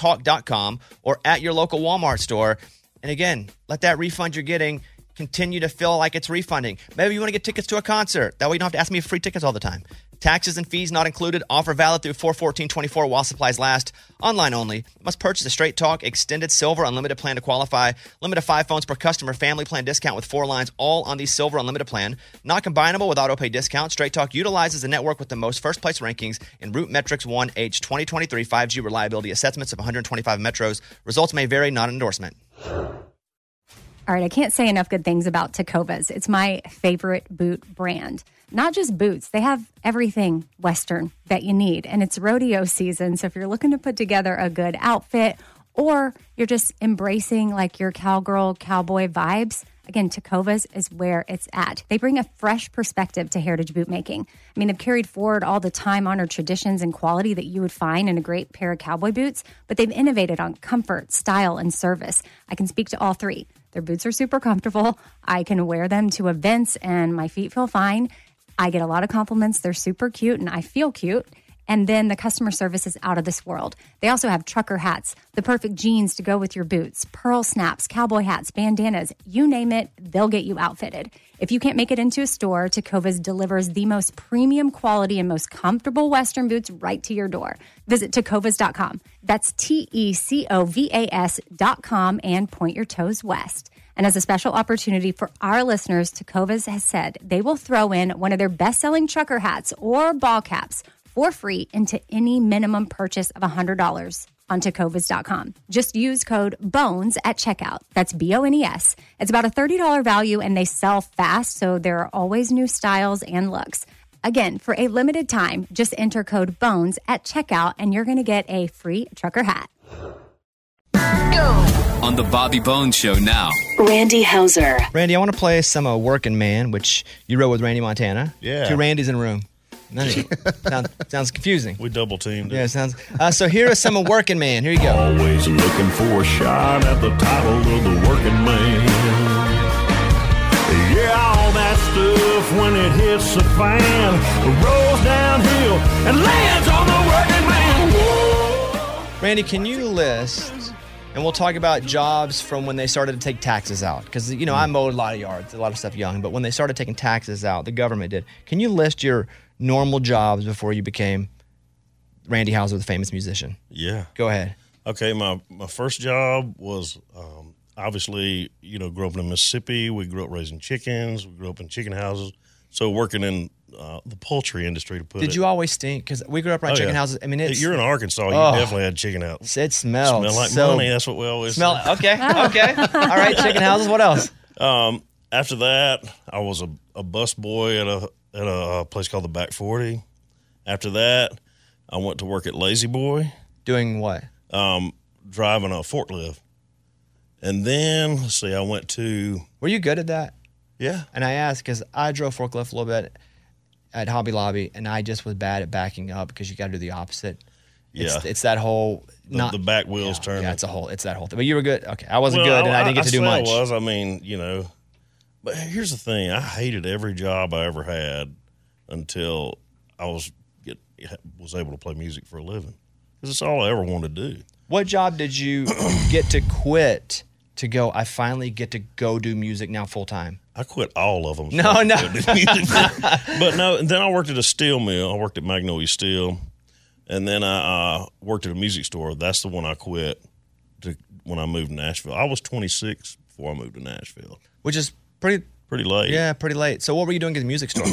straighttalk.com or at your local Walmart store. And again, let that refund you're getting continue to feel like it's refunding. Maybe you want to get tickets to a concert. That way you don't have to ask me for free tickets all the time. Taxes and fees not included. Offer valid through 41424 while supplies last. Online only. Must purchase a Straight Talk Extended Silver Unlimited plan to qualify. Limit of five phones per customer. Family plan discount with four lines all on the Silver Unlimited plan. Not combinable with auto pay discount. Straight Talk utilizes the network with the most first place rankings in Root Metrics 1H 2023 5G reliability assessments of 125 metros. Results may vary, not an endorsement. All right, I can't say enough good things about Takovas. It's my favorite boot brand. Not just boots, they have everything Western that you need. And it's rodeo season. So if you're looking to put together a good outfit or you're just embracing like your cowgirl, cowboy vibes, again, Takovas is where it's at. They bring a fresh perspective to heritage bootmaking. I mean, they've carried forward all the time honored traditions and quality that you would find in a great pair of cowboy boots, but they've innovated on comfort, style, and service. I can speak to all three. Their boots are super comfortable. I can wear them to events and my feet feel fine. I get a lot of compliments. They're super cute and I feel cute. And then the customer service is out of this world. They also have trucker hats, the perfect jeans to go with your boots, pearl snaps, cowboy hats, bandanas, you name it, they'll get you outfitted. If you can't make it into a store, Tacovas delivers the most premium quality and most comfortable Western boots right to your door. Visit tacovas.com. That's T E C O V A S.com and point your toes west. And as a special opportunity for our listeners, Tacovas has said they will throw in one of their best selling trucker hats or ball caps for free into any minimum purchase of $100 on tacovas.com. Just use code BONES at checkout. That's B O N E S. It's about a $30 value and they sell fast, so there are always new styles and looks. Again, for a limited time, just enter code BONES at checkout and you're going to get a free trucker hat. On the Bobby Bones Show now. Randy Hauser. Randy, I want to play some uh, Working Man, which you wrote with Randy Montana. Yeah. Two Randys in a room. None of you. Sound- sounds confusing. We double teamed. Yeah, it sounds. Uh, so here is some of Working Man. Here you go. Always looking for a shot at the title of the working man. Yeah, all that stuff when it hits the fan rolls downhill and lands on the working man. Randy, can you list, and we'll talk about jobs from when they started to take taxes out? Because, you know, I mowed a lot of yards, a lot of stuff young, but when they started taking taxes out, the government did. Can you list your normal jobs before you became Randy Hauser, the famous musician? Yeah. Go ahead. Okay, my my first job was um, obviously you know grew up in Mississippi. We grew up raising chickens. We grew up in chicken houses. So working in uh, the poultry industry to put Did it. you always stink? Because we grew up around Oh, chicken yeah. houses. I mean, it's, you're in Arkansas. You Oh, definitely had chicken out. It smells. Smell like so, money. That's what we always Smell. say. Okay. Okay. All right. Chicken houses. What else? Um, after that, I was a, a bus boy at a at a place called the Back Forty. After that, I went to work at Lazy Boy. Doing what? Um, driving a forklift. And then let's see, I went to Were you good at that? Yeah. And I asked because I drove forklift a little bit at Hobby Lobby, and I just was bad at backing up because you got to do the opposite. It's, Yeah. it's that whole the, not the back wheels yeah, turning. Yeah, it's a whole. It's that whole thing. But you were good. Okay, I wasn't good, and I, didn't get to do say much. I was. I mean, you know, but here's the thing: I hated every job I ever had until I was get, was able to play music for a living because it's all I ever wanted to do. What job did <clears throat> you get to quit to go? I finally get to go do music now full time. I quit all of them. No, no. <laughs> but no, and then I worked at a steel mill. I worked at Magnolia Steel, and then I uh, worked at a music store. That's the one I quit to, when I moved to Nashville. I was 26 before I moved to Nashville, which is pretty pretty late. Yeah, pretty late. So what were you doing at the music <clears throat> store?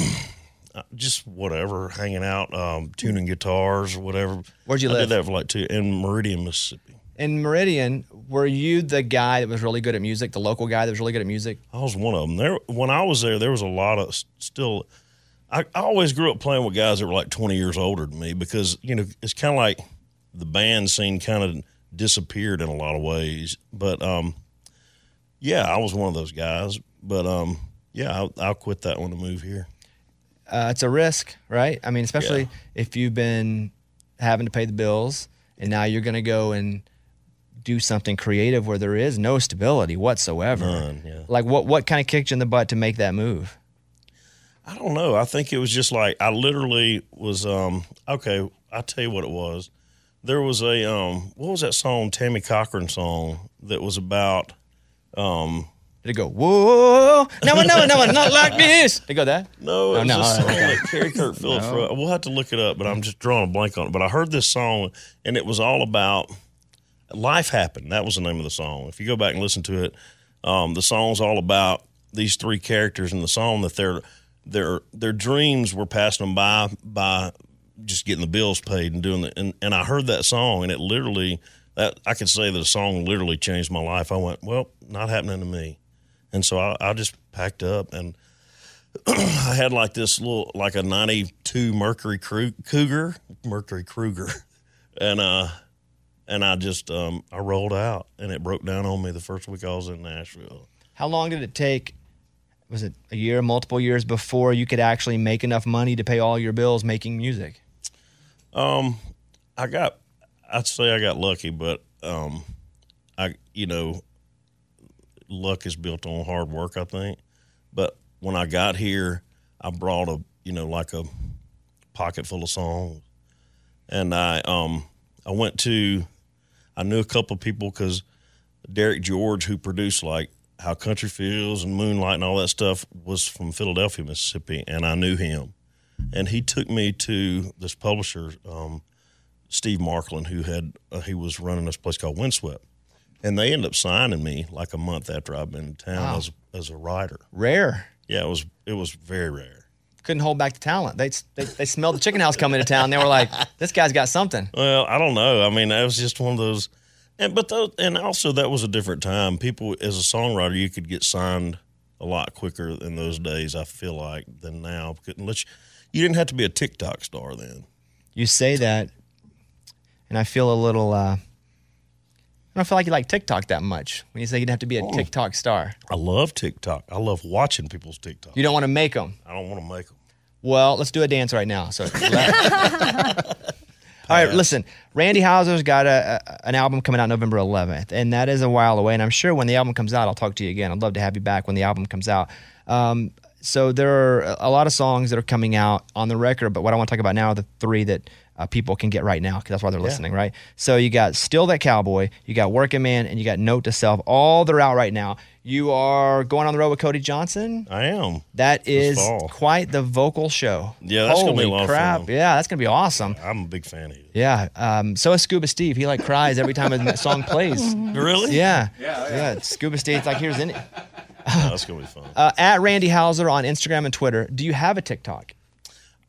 Uh, just whatever, hanging out, um, tuning guitars or whatever. Where'd you I live? did that for like two in Meridian, Mississippi. In Meridian, were you the guy that was really good at music? The local guy that was really good at music? I was one of them. There, when I was there, there was a lot of s- still. I, I always grew up playing with guys that were like twenty years older than me because you know it's kind of like the band scene kind of disappeared in a lot of ways. But um, yeah, I was one of those guys. But um, yeah, I, I'll quit that one to move here. Uh, it's a risk, right? I mean, especially Yeah. if you've been having to pay the bills and now you're going to go and do something creative where there is no stability whatsoever. None, yeah. Like what what kind of kicked you in the butt to make that move? I don't know. I think it was just like I literally was um okay, I'll tell you what it was. There was a um what was that song, Tammy Cochran song that was about um Did it go, whoa no one, no one, no one, not like this. Did it go that? No, it Oh, was no, a song okay. that Carrie Kirk Phillips No. wrote. We'll have to look it up, but I'm just drawing a blank on it. But I heard this song and it was all about Life Happened. That was the name of the song. If you go back and listen to it, um, the song's all about these three characters in the song that their their their dreams were passing them by by just getting the bills paid and doing the and, and I heard that song and it literally that I could say that the song literally changed my life. I went, Well, not happening to me. And so I, I just packed up and I had like this little, like a 92 Mercury Cru- Cougar, Mercury Kruger. <laughs> And, uh, and I just, um, I rolled out and it broke down on me the first week I was in Nashville. How long did it take? Was it a year, multiple years before you could actually make enough money to pay all your bills making music? Um, I got, I'd say I got lucky, but, um, I, you know, luck is built on hard work, I think. But when I got here, I brought a, you know, like a pocket full of songs. And I, um, I went to, I knew a couple of people because Derek George, who produced like How Country Feels and Moonlight and all that stuff, was from Philadelphia, Mississippi. And I knew him. And he took me to this publisher, um, Steve Markland, who had, uh, he was running this place called Windswept and they ended up signing me like a month after I've been in town Wow. as as a writer. Rare. Yeah, it was it was very rare. Couldn't hold back the talent. They they, they smelled the chicken house coming to town. They were like, "This guy's got something." Well, I don't know. I mean, that was just one of those. And but those, and also that was a different time. People as a songwriter, you could get signed a lot quicker in those days. I feel like than now. Because Unless you, you didn't have to be a TikTok star then. You say that, and I feel a little. Uh, I don't feel like you like TikTok that much when you say you'd have to be a TikTok star. Oh. I love TikTok. I love watching people's TikTok. You don't want to make them. I don't want to make them. Well, let's do a dance right now. So, <laughs> all right, listen. Randy Hauser's got a, a- an album coming out November 11th, and that is a while away. And I'm sure when the album comes out, I'll talk to you again. I'd love to have you back when the album comes out. Um, so there are a- a lot of songs that are coming out on the record, but what I want to talk about now are the three that uh, people can get right now because that's why they're Yeah. listening, right? So you got Still That Cowboy, you got Working Man, and you got Note to Self. All they're out right now. You are going on the road with Cody Johnson. I am. That is This fall. quite the vocal show. Yeah, that's Holy gonna be a lot of crap. fun. Yeah, that's gonna be awesome. I'm a big fan <laughs> of you. Yeah. Um, so is Scuba Steve. He like cries every time a <laughs> song plays. Really? Yeah. Yeah, Yeah. Scuba Steve's like, here's in it. That's gonna be fun. Uh, at Randy Hauser on Instagram and Twitter. Do you have a TikTok?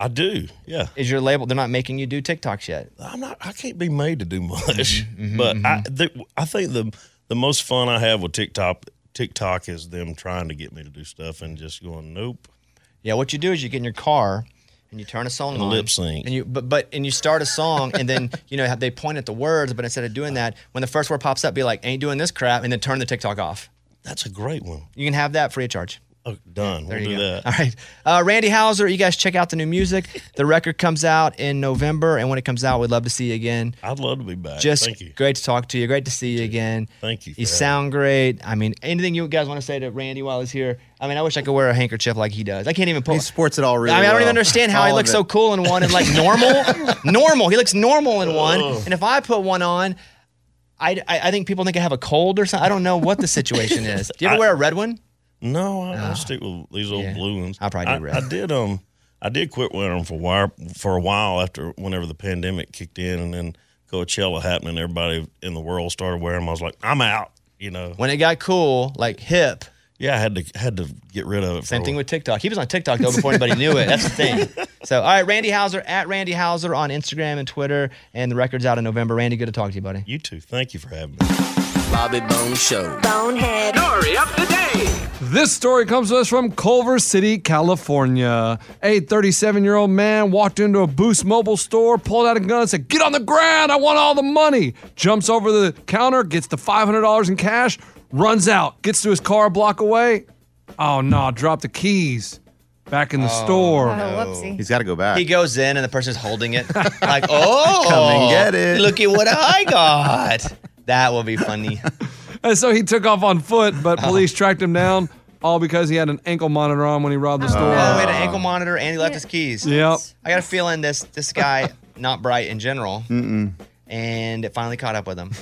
I do. Yeah. Is your label? They're not making you do TikToks yet. I'm not. I can't be made to do Mm-hmm, much. but I, the, I think the the most fun I have with TikTok TikTok is them trying to get me to do stuff and just going nope. Yeah. What you do is you get in your car and you turn a song And on, lip sync. and you but but and you start a song and then <laughs> you know they point at the words, but instead of doing that, when the first word pops up, be like, ain't doing this crap, and then turn the TikTok off. That's a great one. You can have that free of charge. Oh, done. There we'll you do go. that. All right. Uh, Randy Hauser, you guys check out the new music. The record comes out in November, and when it comes out, we'd love to see you again. I'd love to be back. Just Thank you. great to talk to you. Great to see you again. Thank you. You for having sound great. I mean, anything you guys want to say to Randy while he's here? I mean, I wish I could wear a handkerchief like he does. I can't even pull. He sports it all really I mean, I don't even well. understand how All he of looks it. so cool in one and like <laughs> normal, normal. He looks normal in one, Oh. Ugh. and if I put one on. I, I, I think people think I have a cold or something. I don't know what the situation is. Do you ever I- wear a red one? No, I, I stick with these old blue ones. I Ah. probably do red. I, did um, I did quit wearing them for a while. For a while after whenever the pandemic kicked in, and then Coachella happened, and everybody in the world started wearing them. I was like, I'm out. You know, When it got cool, like hip. Yeah, I had to had to get rid of it. Same thing with TikTok. He was on TikTok though before anybody knew it. That's the <laughs> thing. So, all right, Randy Hauser at Randy Hauser on Instagram and Twitter, and the record's out in November. Randy, good to talk to you, buddy. You too. Thank you for having me. Bobby Bone Show. Bonehead. Story of the day. This story comes to us from Culver City, California. A 37 year old man walked into a Boost Mobile store, pulled out a gun, and said, Get on the ground, I want all the money. Jumps over the counter, gets the $500 in cash, runs out, gets to his car a block away. Oh no, dropped the keys back in the Oh, store. Oh, no. whoopsie. He's got to go back. He goes in, and the person's holding <laughs> it, like, "Oh, Come and get it." Look at what I <laughs> got. That will be funny. And so he took off on foot, but police tracked him down, all because he had an ankle monitor on when he robbed the store. Oh, he had an ankle monitor, and he left his keys. Yep. I got a feeling this this guy not bright in general, Mm-mm. and it finally caught up with him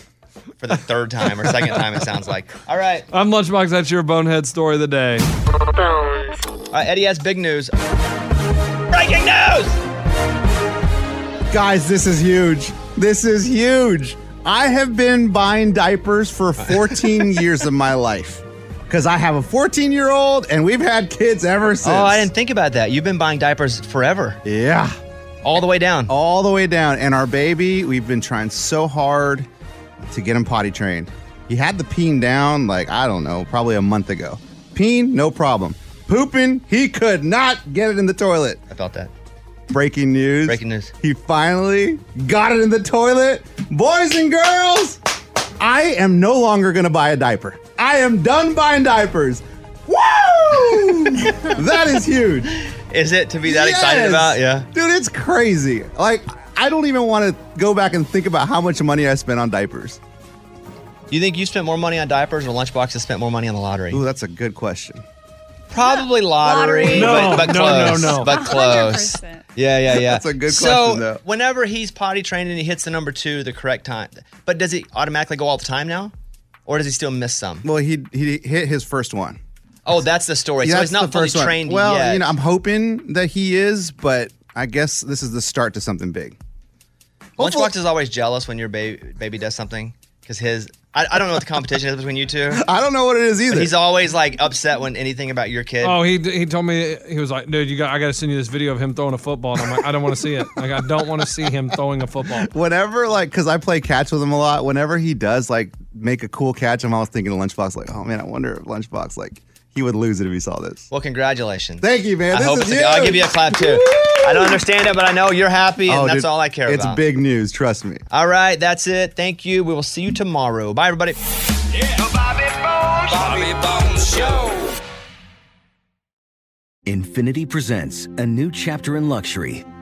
for the third time or second time. It sounds like. All right. I'm Lunchbox. That's your bonehead story of the day. All right, Eddie has big news. Breaking news! Guys, this is huge. This is huge. I have been buying diapers <laughs> for 14 years of my life because I have a 14 year old and we've had kids ever since. Oh, I didn't think about that. You've been buying diapers forever. Yeah. All the way down. All the way down. And our baby, we've been trying so hard to get him potty trained. He had the peeing down, like, I don't know, probably a month ago. Peeing, no problem. Pooping, he could not get it in the toilet. I felt that. Breaking news. Breaking news. He finally got it in the toilet. Boys and girls, I am no longer going to buy a diaper. I am done buying diapers. Woo! <laughs> that is huge. Is it to be that excited Yes! about? Yeah. Dude, it's crazy. Like, I don't even want to go back and think about how much money I spent on diapers. Do you think you spent more money on diapers or lunchboxes spent more money on the lottery? Ooh, that's a good question. Probably Lottery. lottery, But, No, but no, close. no, no. But close. Yeah, yeah, yeah. That's a good so, question, though. whenever he's potty trained and he hits the number two the correct time, but does he automatically go all the time now? Or does he still miss some? Well, he he hit his first one. Oh, that's the story. so Yeah, he's that's not the fully first one. trained well, yet. you know, I'm hoping that he is, but I guess this is the start to something big. Lunchbox is always jealous when your baby baby does something because his. I, I don't know what the competition is between you two. <laughs> I don't know what it is But either. He's always like upset when anything about your kid. Oh, he he told me he was like, dude, you got I got to send you this video of him throwing a football. And I'm like, I don't want to see it. Like, I don't want to see him throwing a football. Whenever, like, because I play catch with him a lot. Whenever he does like make a cool catch, I'm always thinking of Lunchbox. Like, oh man, I wonder if Lunchbox like he would lose it if he saw this. Well, congratulations. Thank you, man. I This hope is it's a- I'll huge. give you a clap too. I don't understand it, but I know you're happy, and Oh, that's dude, all I care It's about. big news. Trust me. All right, that's it. Thank you. We will see you tomorrow. Bye, everybody. Bobby Bones Show. Infinity presents a new chapter in luxury,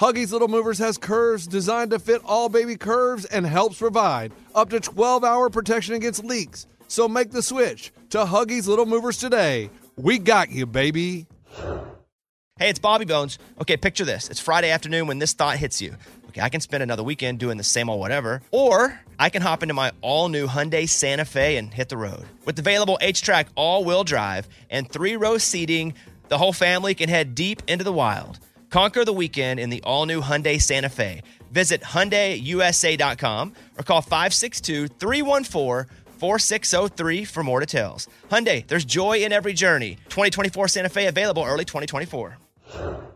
Huggies Little Movers has curves designed to fit all baby curves and helps provide up to 12 hour protection against leaks. So make the switch to Huggies Little Movers today. We got you, baby. Hey, it's Bobby Bones. Okay, picture this. It's Friday afternoon when this thought hits you. Okay, I can spend another weekend doing the same old whatever, or I can hop into my all new Hyundai Santa Fe and hit the road. With available H track all wheel drive and three row seating, the whole family can head deep into the wild. Conquer the weekend in the all new Hyundai Santa Fe. Visit HyundaiUSA.com or call 562 314 4603 for more details. Hyundai, there's joy in every journey. 2024 Santa Fe available early 2024.